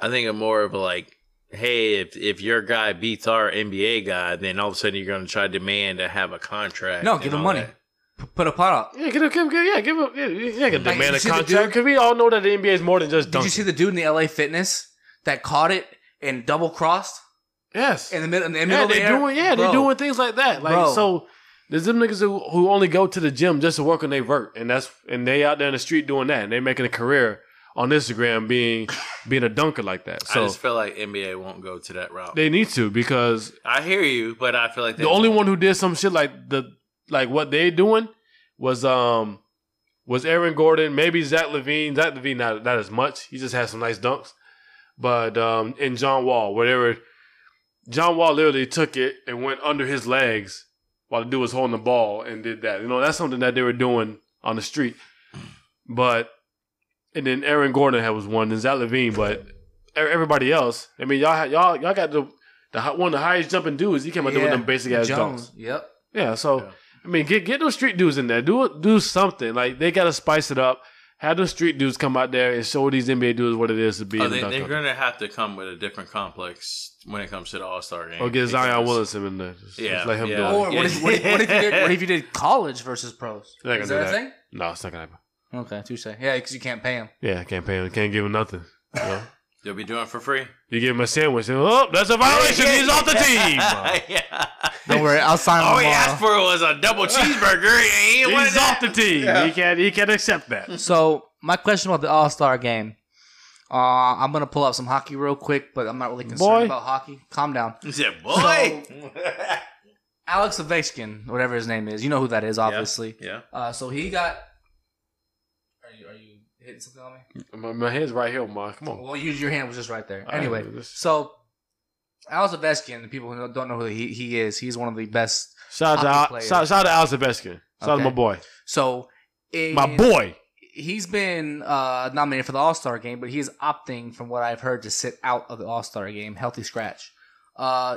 [SPEAKER 3] I think a more of a like hey, if if your guy beats our NBA guy, then all of a sudden you're going to try to demand to have a contract.
[SPEAKER 2] No,
[SPEAKER 3] and
[SPEAKER 2] give him
[SPEAKER 3] all
[SPEAKER 2] money.
[SPEAKER 3] that.
[SPEAKER 2] P- put a pot up.
[SPEAKER 1] yeah, give, give, give, yeah, give him. Yeah, yeah, give
[SPEAKER 2] Like,
[SPEAKER 1] demand
[SPEAKER 2] you
[SPEAKER 1] a
[SPEAKER 2] see the
[SPEAKER 1] contract
[SPEAKER 2] dude-
[SPEAKER 1] because we all know that the NBA is more than just dunking.
[SPEAKER 2] Did you see the dude in the LA Fitness that caught it and double crossed
[SPEAKER 1] yes,
[SPEAKER 2] in the middle? In the middle
[SPEAKER 1] Yeah,
[SPEAKER 2] of the
[SPEAKER 1] they
[SPEAKER 2] air?
[SPEAKER 1] doing yeah,
[SPEAKER 2] Bro,
[SPEAKER 1] they doing things like that. Like
[SPEAKER 2] Bro.
[SPEAKER 1] so there's them niggas who, who only go to the gym just to work on their work and that's and they out there in the street doing that and they making a career on Instagram being being a dunker like that.
[SPEAKER 3] I
[SPEAKER 1] So
[SPEAKER 3] just feel like NBA won't go to that route.
[SPEAKER 1] they need to because
[SPEAKER 3] I hear you, but I feel like they
[SPEAKER 1] the only
[SPEAKER 3] won't.
[SPEAKER 1] one who did some shit like the like what they doing was um was Aaron Gordon, maybe Zach Levine. Zach Levine not not as much. He just had some nice dunks. But um and John Wall, whatever John Wall literally took it and went under his legs while the dude was holding the ball and did that. You know, that's something that they were doing on the street. But and then Aaron Gordon had was one, and Zach Levine, but e- everybody else. I mean, y'all had- y'all y'all got the the hi- one of the highest jumping dudes. He came out there with
[SPEAKER 2] Yeah.
[SPEAKER 1] them basic ass dunks.
[SPEAKER 2] Jones. Yep.
[SPEAKER 1] Yeah, so
[SPEAKER 3] Yeah.
[SPEAKER 1] I mean, get get those street dudes in there. Do do something. Like they gotta spice it up. Have those street dudes come out there and show these NBA dudes what it is to be
[SPEAKER 3] Oh,
[SPEAKER 1] in the
[SPEAKER 3] they,
[SPEAKER 1] dunk
[SPEAKER 3] they're
[SPEAKER 1] contest.
[SPEAKER 3] going to have to come with a different complex when it comes to the All Star game.
[SPEAKER 1] Or get Zion
[SPEAKER 3] because-
[SPEAKER 1] Williamson in there. Just,
[SPEAKER 3] Yeah,
[SPEAKER 1] just let him
[SPEAKER 3] yeah.
[SPEAKER 1] do it.
[SPEAKER 2] Or what if, what, if, what, if you did, what if you did college versus pros?
[SPEAKER 1] They're not
[SPEAKER 2] Is
[SPEAKER 1] gonna
[SPEAKER 2] that a
[SPEAKER 1] do
[SPEAKER 2] thing?
[SPEAKER 1] No, it's not gonna happen.
[SPEAKER 2] Okay, touche. Yeah, because you can't pay him.
[SPEAKER 1] Yeah, can't pay him. Can't give him nothing. You,
[SPEAKER 2] <laughs>
[SPEAKER 1] know?
[SPEAKER 3] They'll be doing it for free.
[SPEAKER 1] You give him a sandwich. And, oh, that's a violation. He's off the
[SPEAKER 2] <laughs>
[SPEAKER 1] team.
[SPEAKER 3] <laughs> yeah.
[SPEAKER 2] Don't worry, I'll sign
[SPEAKER 3] All he asked for was a
[SPEAKER 1] <laughs>
[SPEAKER 3] double cheeseburger. and He
[SPEAKER 1] He's
[SPEAKER 3] was
[SPEAKER 1] off the team. He can't. He can't accept that.
[SPEAKER 2] So my question about the All Star game. Uh, I'm gonna pull up some hockey real quick, but I'm not really concerned
[SPEAKER 1] Boy.
[SPEAKER 2] about hockey. Calm down.
[SPEAKER 3] He said, "Boy,
[SPEAKER 2] Alex Ovechkin, whatever his name is, you know who that is, obviously.
[SPEAKER 3] Yeah.
[SPEAKER 2] Uh, so he got. Are you are you hitting something on me?
[SPEAKER 1] My, my hand's right here, Ma. Come on.
[SPEAKER 2] Well, use your hand was just right there.
[SPEAKER 1] All right,
[SPEAKER 2] Anyway,
[SPEAKER 1] this-
[SPEAKER 2] so Alex Ovechkin, the people who don't know who he, he is, he's one of the best.
[SPEAKER 1] Shout out, to
[SPEAKER 2] Hockey
[SPEAKER 1] Al-
[SPEAKER 2] player.
[SPEAKER 1] shout, shout out to Alex Ovechkin. Shout out to
[SPEAKER 2] Okay.
[SPEAKER 1] my boy.
[SPEAKER 2] So in,
[SPEAKER 1] My boy.
[SPEAKER 2] he's been uh, nominated for the All Star game, but he is opting, from what I've heard, to sit out of the All Star game, healthy scratch. Uh,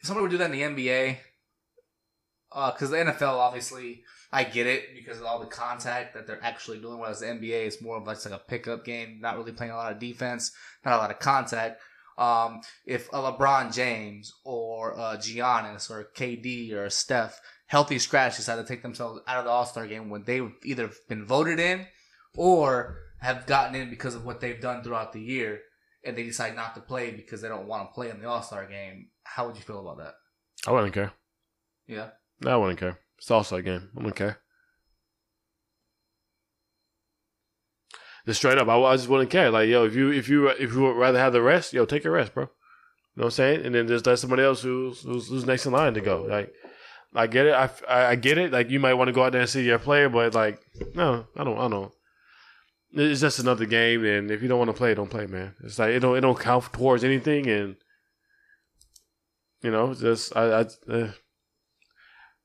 [SPEAKER 2] if somebody would do that in the NBA, because uh, the NFL, obviously, I get it because of all the contact that they're actually doing. Whereas the NBA is more of like, like a pickup game, not really playing a lot of defense, not a lot of contact. Um, if a LeBron James or a Giannis or a KD or a Steph healthy scratch decided to take themselves out of the All Star game when they've either been voted in or have gotten in because of what they've done throughout the year, and they decide not to play because they don't want to play in the All Star game. How would you feel about that?
[SPEAKER 1] I wouldn't care.
[SPEAKER 2] Yeah.
[SPEAKER 1] No, I wouldn't care. It's also a game. I wouldn't care. Just straight up, I, I just wouldn't care. Like, yo, if you if you if you would rather have the rest, yo, take your rest, bro. You know what I'm saying? And then just let somebody else who's who's, who's next in line to go. Like, I get it. I, f- I- I get it. Like, you might want to go out there and see your player, but like, no, I don't. I don't. It's just another game, and if you don't want to play, don't play, man. It's like it don't it don't count towards anything, and you know, it's just I I. Uh,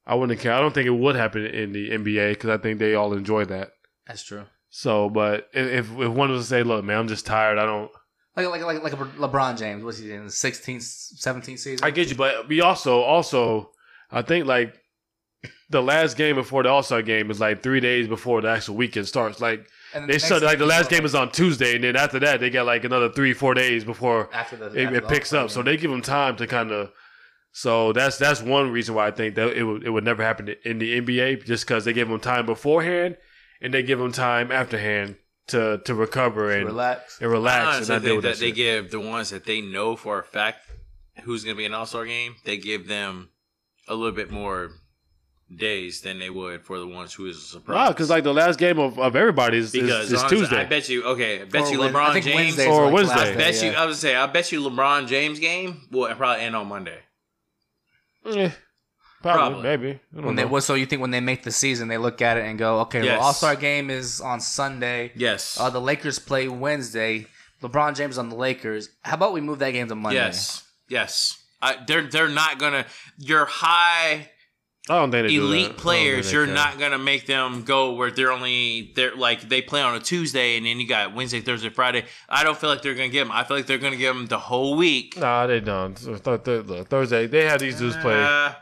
[SPEAKER 1] I wouldn't care. I don't think it would happen in the NBA because I think they all enjoy that.
[SPEAKER 2] That's true.
[SPEAKER 1] So, but i- if if one was to say, "Look, man, I'm just tired. I don't,"
[SPEAKER 2] Like like like like a LeBron James, was he in the 16th, 17th season?
[SPEAKER 1] I get you. But we also also I think like the last game before the All Star game is like three days before the actual weekend starts. Like
[SPEAKER 2] and then
[SPEAKER 1] they
[SPEAKER 2] next
[SPEAKER 1] said, like the
[SPEAKER 2] season-
[SPEAKER 1] last game is on Tuesday, and then after that they got like another three four days before
[SPEAKER 2] after the
[SPEAKER 1] it,
[SPEAKER 2] after
[SPEAKER 1] it
[SPEAKER 2] the
[SPEAKER 1] picks
[SPEAKER 2] All-Star
[SPEAKER 1] up. So
[SPEAKER 2] game.
[SPEAKER 1] they give them time to kind of. So that's that's one reason why I think that it would it would never happen in the NBA just because they give them time beforehand and they give them time afterhand to to recover and relax,
[SPEAKER 2] relax.
[SPEAKER 1] and
[SPEAKER 3] I
[SPEAKER 1] relax and
[SPEAKER 3] honestly
[SPEAKER 1] not deal
[SPEAKER 3] think
[SPEAKER 1] with
[SPEAKER 3] that
[SPEAKER 1] that.
[SPEAKER 3] they
[SPEAKER 1] shit.
[SPEAKER 3] give the ones that they know for a fact who's going to be an All Star game. They give them a little bit more days than they would for the ones who is a surprise.
[SPEAKER 1] Nah, because like the last game of, of everybody is, is,
[SPEAKER 3] because
[SPEAKER 1] is
[SPEAKER 3] honestly, I
[SPEAKER 1] Tuesday.
[SPEAKER 3] bet you. Okay, I bet
[SPEAKER 2] Or
[SPEAKER 3] you
[SPEAKER 2] Wed- I
[SPEAKER 3] LeBron
[SPEAKER 2] think
[SPEAKER 3] James.
[SPEAKER 2] Wednesday's
[SPEAKER 1] Or
[SPEAKER 2] like
[SPEAKER 1] Wednesday.
[SPEAKER 2] last day,
[SPEAKER 1] I
[SPEAKER 3] bet you.
[SPEAKER 2] yeah.
[SPEAKER 3] I would say I bet you LeBron James game will probably end on Monday.
[SPEAKER 1] Eh, probably,
[SPEAKER 3] Probably.
[SPEAKER 1] maybe. I don't
[SPEAKER 2] When they
[SPEAKER 1] know.
[SPEAKER 2] well, so you think when they make the season, they look at it and go, okay,
[SPEAKER 3] Yes.
[SPEAKER 2] well, All Star game is on Sunday.
[SPEAKER 3] Yes.
[SPEAKER 2] Uh, the Lakers play Wednesday. LeBron James on the Lakers. How about we move that game to Monday?
[SPEAKER 3] yes. Yes. I, they're they're not gonna. Your high
[SPEAKER 1] I don't think they do that. I don't
[SPEAKER 3] elite
[SPEAKER 1] think
[SPEAKER 3] players,
[SPEAKER 1] they
[SPEAKER 3] you're
[SPEAKER 1] care.
[SPEAKER 3] not gonna make them go where they're only they're like they play on a Tuesday and then you got Wednesday, Thursday, Friday. I don't feel like they're gonna give them. I feel like they're gonna give them the whole week.
[SPEAKER 1] Nah, they don't. So th- th- look, Thursday, they had these dudes play.
[SPEAKER 3] Uh,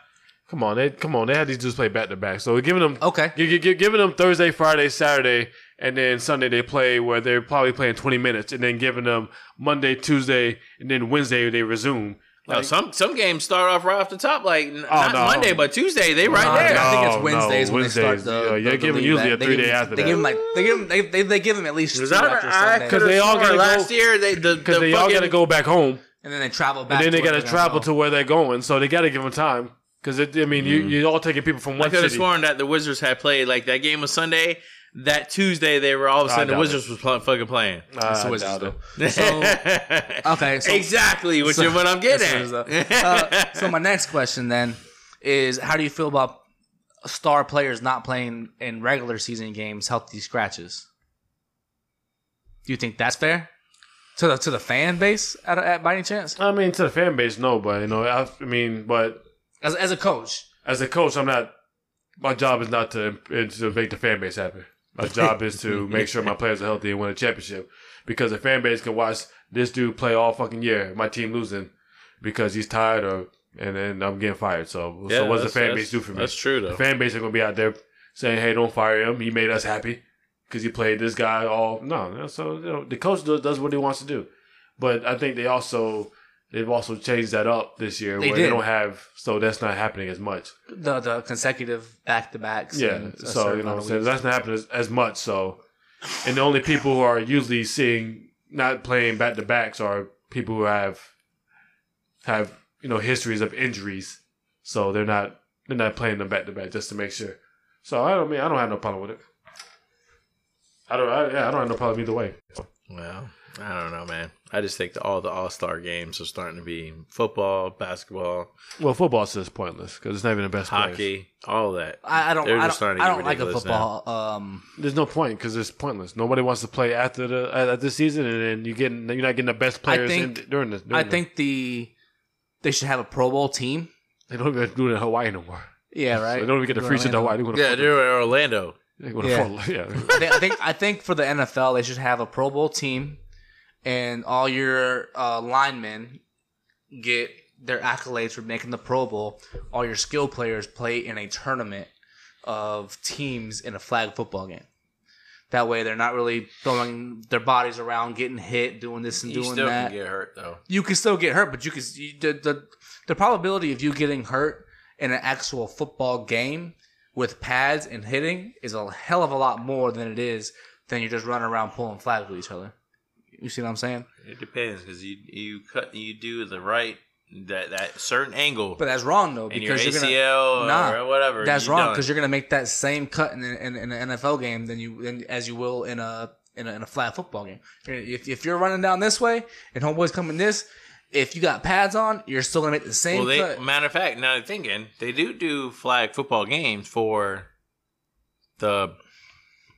[SPEAKER 1] Come on, they come on. They had these dudes play back to back. So we're giving them
[SPEAKER 2] Okay.
[SPEAKER 1] You're, you're giving them Thursday, Friday, Saturday, and then Sunday they play where they're probably playing 20 minutes, and then giving them Monday, Tuesday, and then Wednesday they resume.
[SPEAKER 3] no, some some games start off right off the top, like n- not
[SPEAKER 1] Oh, no.
[SPEAKER 3] Monday but Tuesday. They right
[SPEAKER 2] No,
[SPEAKER 3] there.
[SPEAKER 2] Uh, I think
[SPEAKER 1] No,
[SPEAKER 2] it's Wednesdays
[SPEAKER 1] Oh, no,
[SPEAKER 2] when they start
[SPEAKER 1] Wednesdays.
[SPEAKER 2] the.
[SPEAKER 1] Yeah, you're
[SPEAKER 2] the- the
[SPEAKER 1] giving
[SPEAKER 2] league
[SPEAKER 1] usually
[SPEAKER 2] back.
[SPEAKER 1] a
[SPEAKER 2] They
[SPEAKER 1] three
[SPEAKER 2] give
[SPEAKER 1] day
[SPEAKER 2] them-
[SPEAKER 1] after
[SPEAKER 2] They
[SPEAKER 1] that.
[SPEAKER 2] give them like they give them they, they, they give them at least two
[SPEAKER 3] Because I,
[SPEAKER 2] after
[SPEAKER 3] I
[SPEAKER 2] Sunday.
[SPEAKER 3] could have
[SPEAKER 1] they all gotta go-
[SPEAKER 3] last year they the
[SPEAKER 1] Because
[SPEAKER 3] the
[SPEAKER 1] they all got to
[SPEAKER 3] fucking-
[SPEAKER 1] go back home,
[SPEAKER 2] and then they travel back.
[SPEAKER 1] and then they
[SPEAKER 2] where
[SPEAKER 1] got to
[SPEAKER 2] they're
[SPEAKER 1] travel
[SPEAKER 2] go.
[SPEAKER 1] to where they're going. So they got to give them time. Because I mean, you you're all taking people from
[SPEAKER 3] I
[SPEAKER 1] one
[SPEAKER 3] could have
[SPEAKER 1] city.
[SPEAKER 3] sworn that the Wizards had played like that game was Sunday. That Tuesday they were all of a
[SPEAKER 1] I
[SPEAKER 3] sudden the
[SPEAKER 1] doubt
[SPEAKER 3] Wizards was pl- fucking playing.
[SPEAKER 1] Nah,
[SPEAKER 2] It's the
[SPEAKER 1] I
[SPEAKER 2] Wizards,
[SPEAKER 1] doubt it. <laughs>
[SPEAKER 2] though. Okay, so
[SPEAKER 3] exactly, <laughs> which is what I'm getting
[SPEAKER 2] That's what it
[SPEAKER 3] at.
[SPEAKER 2] is,
[SPEAKER 3] <laughs>
[SPEAKER 2] uh, so my next question then is: How do you feel about star players not playing in regular season games, healthy scratches? Do you think that's fair to the to the fan base at, at by any chance?
[SPEAKER 1] I mean, to the fan base, no, but you know, I, I mean, but
[SPEAKER 2] As as a coach,
[SPEAKER 1] as a coach, I'm not. My job is not to to make the fan base happy. My job is
[SPEAKER 3] <laughs>
[SPEAKER 1] to make sure my players are healthy and win a championship. Because the fan base can watch this dude play all fucking year, my team losing because he's tired or and then I'm getting fired. So, so what does the fan base do for me?
[SPEAKER 3] That's true
[SPEAKER 1] The
[SPEAKER 3] though.
[SPEAKER 1] fan base are gonna be out there saying, "Hey, don't fire him. He made us happy because he played this guy all." No, no, so you know, the coach does, does what he wants to do, but I think they also they've also changed that up this year
[SPEAKER 2] They
[SPEAKER 1] where they
[SPEAKER 2] did.
[SPEAKER 1] don't have so that's not happening as much.
[SPEAKER 2] the the consecutive back to backs.
[SPEAKER 1] Yeah, so you know, what I'm saying that's not happening as, as much. So, and the only people who are usually seeing not playing back to backs are people who have have you know histories of injuries. So they're not they're not playing them back to back just to make sure. So I don't mean I don't have no problem with it. I don't I, yeah I don't have no problem either way.
[SPEAKER 3] Wow. I don't know, man. I just think that all the All Star games are starting to be football, basketball,
[SPEAKER 1] Well, football's just pointless because it's not even the best players.
[SPEAKER 3] hockey, all that.
[SPEAKER 2] I, I don't.
[SPEAKER 3] They're
[SPEAKER 2] I
[SPEAKER 3] just starting
[SPEAKER 2] don't,
[SPEAKER 3] to
[SPEAKER 2] I
[SPEAKER 3] get
[SPEAKER 2] don't like a
[SPEAKER 3] ridiculous now.
[SPEAKER 2] football. Um,
[SPEAKER 1] There's no point because it's pointless. Nobody wants to play after the at at this season, and then you getting you're not getting the best players
[SPEAKER 2] think-
[SPEAKER 1] in, during this.
[SPEAKER 2] I
[SPEAKER 1] during the-
[SPEAKER 2] think the they should have a Pro Bowl team.
[SPEAKER 1] they don't even do it in Hawaii no more.
[SPEAKER 2] Yeah, right.
[SPEAKER 1] They don't even get to freeze in
[SPEAKER 2] Orlando.
[SPEAKER 1] Hawaii. They go to
[SPEAKER 3] Yeah,
[SPEAKER 1] fucking-
[SPEAKER 3] they're in
[SPEAKER 1] they
[SPEAKER 3] Orlando.
[SPEAKER 1] go to
[SPEAKER 2] Yeah.
[SPEAKER 1] Fort- yeah.
[SPEAKER 2] <laughs> I think- I think I think for the NFL they should have a Pro Bowl team, and all your uh, linemen get their accolades for making the Pro Bowl. All your skill players play in a tournament of teams in a flag football game. That way, they're not really throwing their bodies around, getting hit, doing this and
[SPEAKER 3] You
[SPEAKER 2] doing
[SPEAKER 3] still
[SPEAKER 2] that.
[SPEAKER 3] can get hurt though.
[SPEAKER 2] you can still get hurt, but you can you, the, the the probability of you getting hurt in an actual football game with pads and hitting is a hell of a lot more than it is than you just running around pulling flags with each other. You see what I'm saying?
[SPEAKER 3] It depends because you you cut you do the right that that certain angle
[SPEAKER 2] But that's wrong though
[SPEAKER 3] and your
[SPEAKER 2] because you're gonna
[SPEAKER 3] ACL
[SPEAKER 2] nah,
[SPEAKER 3] or whatever.
[SPEAKER 2] that's
[SPEAKER 3] you
[SPEAKER 2] wrong
[SPEAKER 3] done.
[SPEAKER 2] because you're gonna make that same cut in, in, in an NFL game than you than, as you will in a in a, in a flat football game. If, if you're running down this way and homeboy's coming this, if you got pads on, you're still gonna make the same
[SPEAKER 3] Well, they
[SPEAKER 2] cut.
[SPEAKER 3] matter of fact, now I'm thinking they do do flag football games for the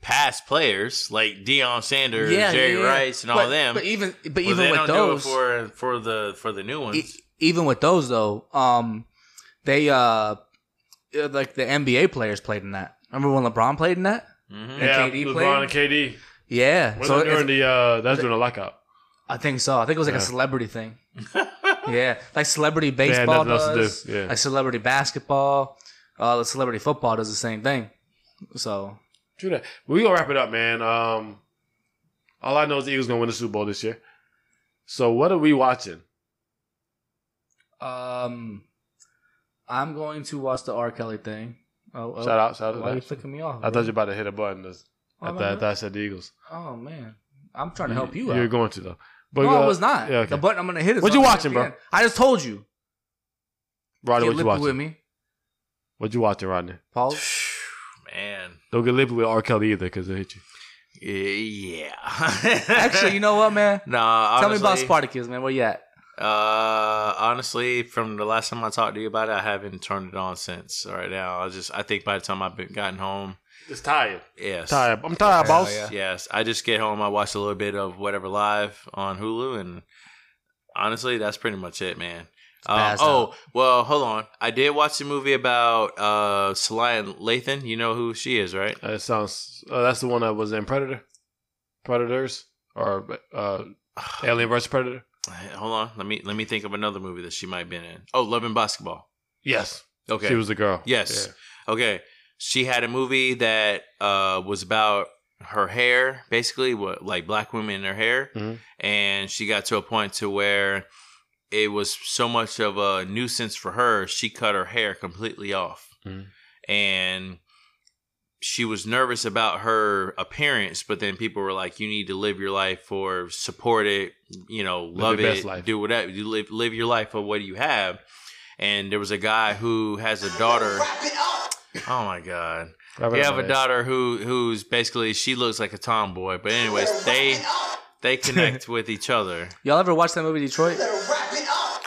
[SPEAKER 3] past players like Deion Sanders, Jerry Rice, and
[SPEAKER 2] But-
[SPEAKER 3] all them.
[SPEAKER 2] But even but
[SPEAKER 3] Well,
[SPEAKER 2] even
[SPEAKER 3] they
[SPEAKER 2] with
[SPEAKER 3] don't
[SPEAKER 2] those,
[SPEAKER 3] do it for for the for the new ones.
[SPEAKER 2] e- even with those though, um, they uh, like the NBA players played in that. Remember when LeBron played in that?
[SPEAKER 3] Mhm.
[SPEAKER 2] And KD
[SPEAKER 1] LeBron
[SPEAKER 2] played?
[SPEAKER 1] and KD.
[SPEAKER 2] Yeah.
[SPEAKER 1] When
[SPEAKER 2] so
[SPEAKER 1] they're
[SPEAKER 2] it's-
[SPEAKER 1] during the uh, that's during the lockout.
[SPEAKER 2] I think so. I think it was like a
[SPEAKER 1] Yeah.
[SPEAKER 2] celebrity
[SPEAKER 3] <laughs>
[SPEAKER 2] thing. yeah, like celebrity
[SPEAKER 1] had
[SPEAKER 2] baseball
[SPEAKER 1] nothing else to do,
[SPEAKER 2] does.
[SPEAKER 1] yeah.
[SPEAKER 2] Like celebrity basketball. Uh, the celebrity football does the same thing. So
[SPEAKER 1] True that. We gonna wrap it up, man. Um, all I know is the Eagles gonna win the Super Bowl this year. So what are we watching?
[SPEAKER 2] um, I'm going to watch the R. Kelly thing. Oh, oh
[SPEAKER 1] Shout out, shout out.
[SPEAKER 2] Why are you flicking me off?
[SPEAKER 1] I
[SPEAKER 2] bro?
[SPEAKER 1] thought you were about to hit a button. This-
[SPEAKER 2] Oh,
[SPEAKER 1] I,
[SPEAKER 2] my
[SPEAKER 1] thought, I
[SPEAKER 2] bad.
[SPEAKER 1] thought I said the Eagles.
[SPEAKER 2] Oh man, I'm trying to help you
[SPEAKER 1] You're
[SPEAKER 2] out.
[SPEAKER 1] going to though. But
[SPEAKER 2] No,
[SPEAKER 1] uh,
[SPEAKER 2] I was not.
[SPEAKER 1] Yeah, okay.
[SPEAKER 2] The button I'm gonna hit is.
[SPEAKER 1] What you
[SPEAKER 2] on
[SPEAKER 1] watching, bro?
[SPEAKER 2] ESPN. I just told you.
[SPEAKER 1] Rodney,
[SPEAKER 2] Get
[SPEAKER 1] what you
[SPEAKER 2] lippy with
[SPEAKER 1] watching?
[SPEAKER 2] me,
[SPEAKER 1] What you watching, Rodney?
[SPEAKER 2] Paul.
[SPEAKER 3] Man,
[SPEAKER 1] Don't get lippy with R. Kelly either, because they hit you.
[SPEAKER 3] yeah. <laughs>
[SPEAKER 2] Actually, you know what, <laughs> man?
[SPEAKER 3] nah.
[SPEAKER 2] Tell me about
[SPEAKER 3] honestly,
[SPEAKER 2] Spartacus, man. Where you at?
[SPEAKER 3] Uh, honestly, from the last time I talked to you about it, I haven't turned it on since. Right now, I just I think by the time I've been, gotten home,
[SPEAKER 1] It's tired.
[SPEAKER 3] yes,
[SPEAKER 1] Tired. I'm tired, boss.
[SPEAKER 2] yeah.
[SPEAKER 3] <laughs> yes, I just get home, I watch a little bit of whatever live on Hulu, and honestly, that's pretty much it, man. Um,
[SPEAKER 2] Spaz
[SPEAKER 3] oh well, hold on. I did watch the movie about uh Celine Lathan. You know who she is, right?
[SPEAKER 1] That sounds. Uh, that's the one that was in Predator, Predators, or uh, Alien vs Predator.
[SPEAKER 3] <sighs> Hold on, let me let me think of another movie that she might have been in. Oh, Love and Basketball.
[SPEAKER 1] Yes,
[SPEAKER 3] Okay,
[SPEAKER 1] she was the girl.
[SPEAKER 3] Yes.
[SPEAKER 1] Yeah.
[SPEAKER 3] Okay. She had a movie that uh, was about her hair, basically, what like black women in their hair,
[SPEAKER 1] Mhm.
[SPEAKER 3] and she got to a point to where it was so much of a nuisance for her, she cut her hair completely off,
[SPEAKER 1] Mhm.
[SPEAKER 3] and she was nervous about her appearance. But then people were like, "You need to live your life or support it, you know, love
[SPEAKER 1] your
[SPEAKER 3] it,
[SPEAKER 1] best life."
[SPEAKER 3] do whatever, you live live your life for what you have." And there was a guy who has a daughter. Oh my god.
[SPEAKER 1] Wrap it
[SPEAKER 3] You
[SPEAKER 1] up,
[SPEAKER 3] have a
[SPEAKER 1] man.
[SPEAKER 3] daughter who who's basically she looks like a tomboy, but anyways, they they connect with each other.
[SPEAKER 2] Y'all ever watch that movie Detroit?
[SPEAKER 1] <laughs>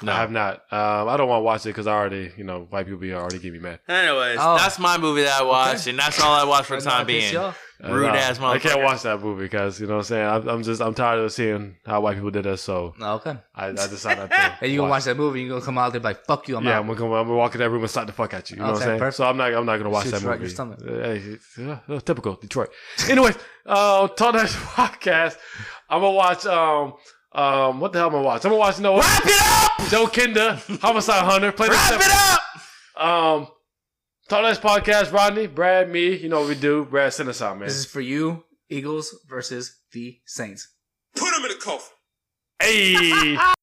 [SPEAKER 1] I have
[SPEAKER 3] No.
[SPEAKER 1] not. Um, I don't want to watch it because I already, you know, white people be already getting me mad.
[SPEAKER 3] Anyways,
[SPEAKER 2] Oh.
[SPEAKER 3] that's my movie that I watched, and that's all I watched for the time
[SPEAKER 2] Piss
[SPEAKER 3] being.
[SPEAKER 2] y'all?
[SPEAKER 3] Rude
[SPEAKER 1] Uh,
[SPEAKER 3] ass
[SPEAKER 1] I can't
[SPEAKER 3] motherfucker.
[SPEAKER 1] watch that movie because you know what I'm saying. I'm, I'm just I'm tired of seeing how white people did us. So
[SPEAKER 2] No, okay.
[SPEAKER 1] I, I decided
[SPEAKER 3] <laughs>
[SPEAKER 1] not to.
[SPEAKER 2] Hey, you gonna watch that movie? You gonna come out there be like fuck you? I'm
[SPEAKER 1] yeah,
[SPEAKER 2] out.
[SPEAKER 1] I'm gonna, come- I'm gonna walk in that room and slap the fuck at you. You know what
[SPEAKER 2] Okay,
[SPEAKER 1] I'm saying?
[SPEAKER 2] perfect.
[SPEAKER 1] So I'm not I'm not gonna watch
[SPEAKER 2] Shoot
[SPEAKER 1] that
[SPEAKER 2] you right in your
[SPEAKER 1] movie.
[SPEAKER 2] stomach.
[SPEAKER 1] Uh, hey, it's, uh, uh, typical Detroit. Anyways, uh, talk next <laughs> podcast. I'm gonna watch um um what the hell am I gonna watch? I'm gonna watch no
[SPEAKER 3] Wrap it up!
[SPEAKER 1] Joe Kinder Homicide Hunter. Play the
[SPEAKER 3] Wrap
[SPEAKER 1] Seven-
[SPEAKER 3] it up!
[SPEAKER 1] Um, Talk Less Podcast, Rodney, Brad, me. You know what we do. Brad, send us out, man.
[SPEAKER 2] This is for you, Eagles versus the Saints.
[SPEAKER 4] Put him in a coffin.
[SPEAKER 1] Hey!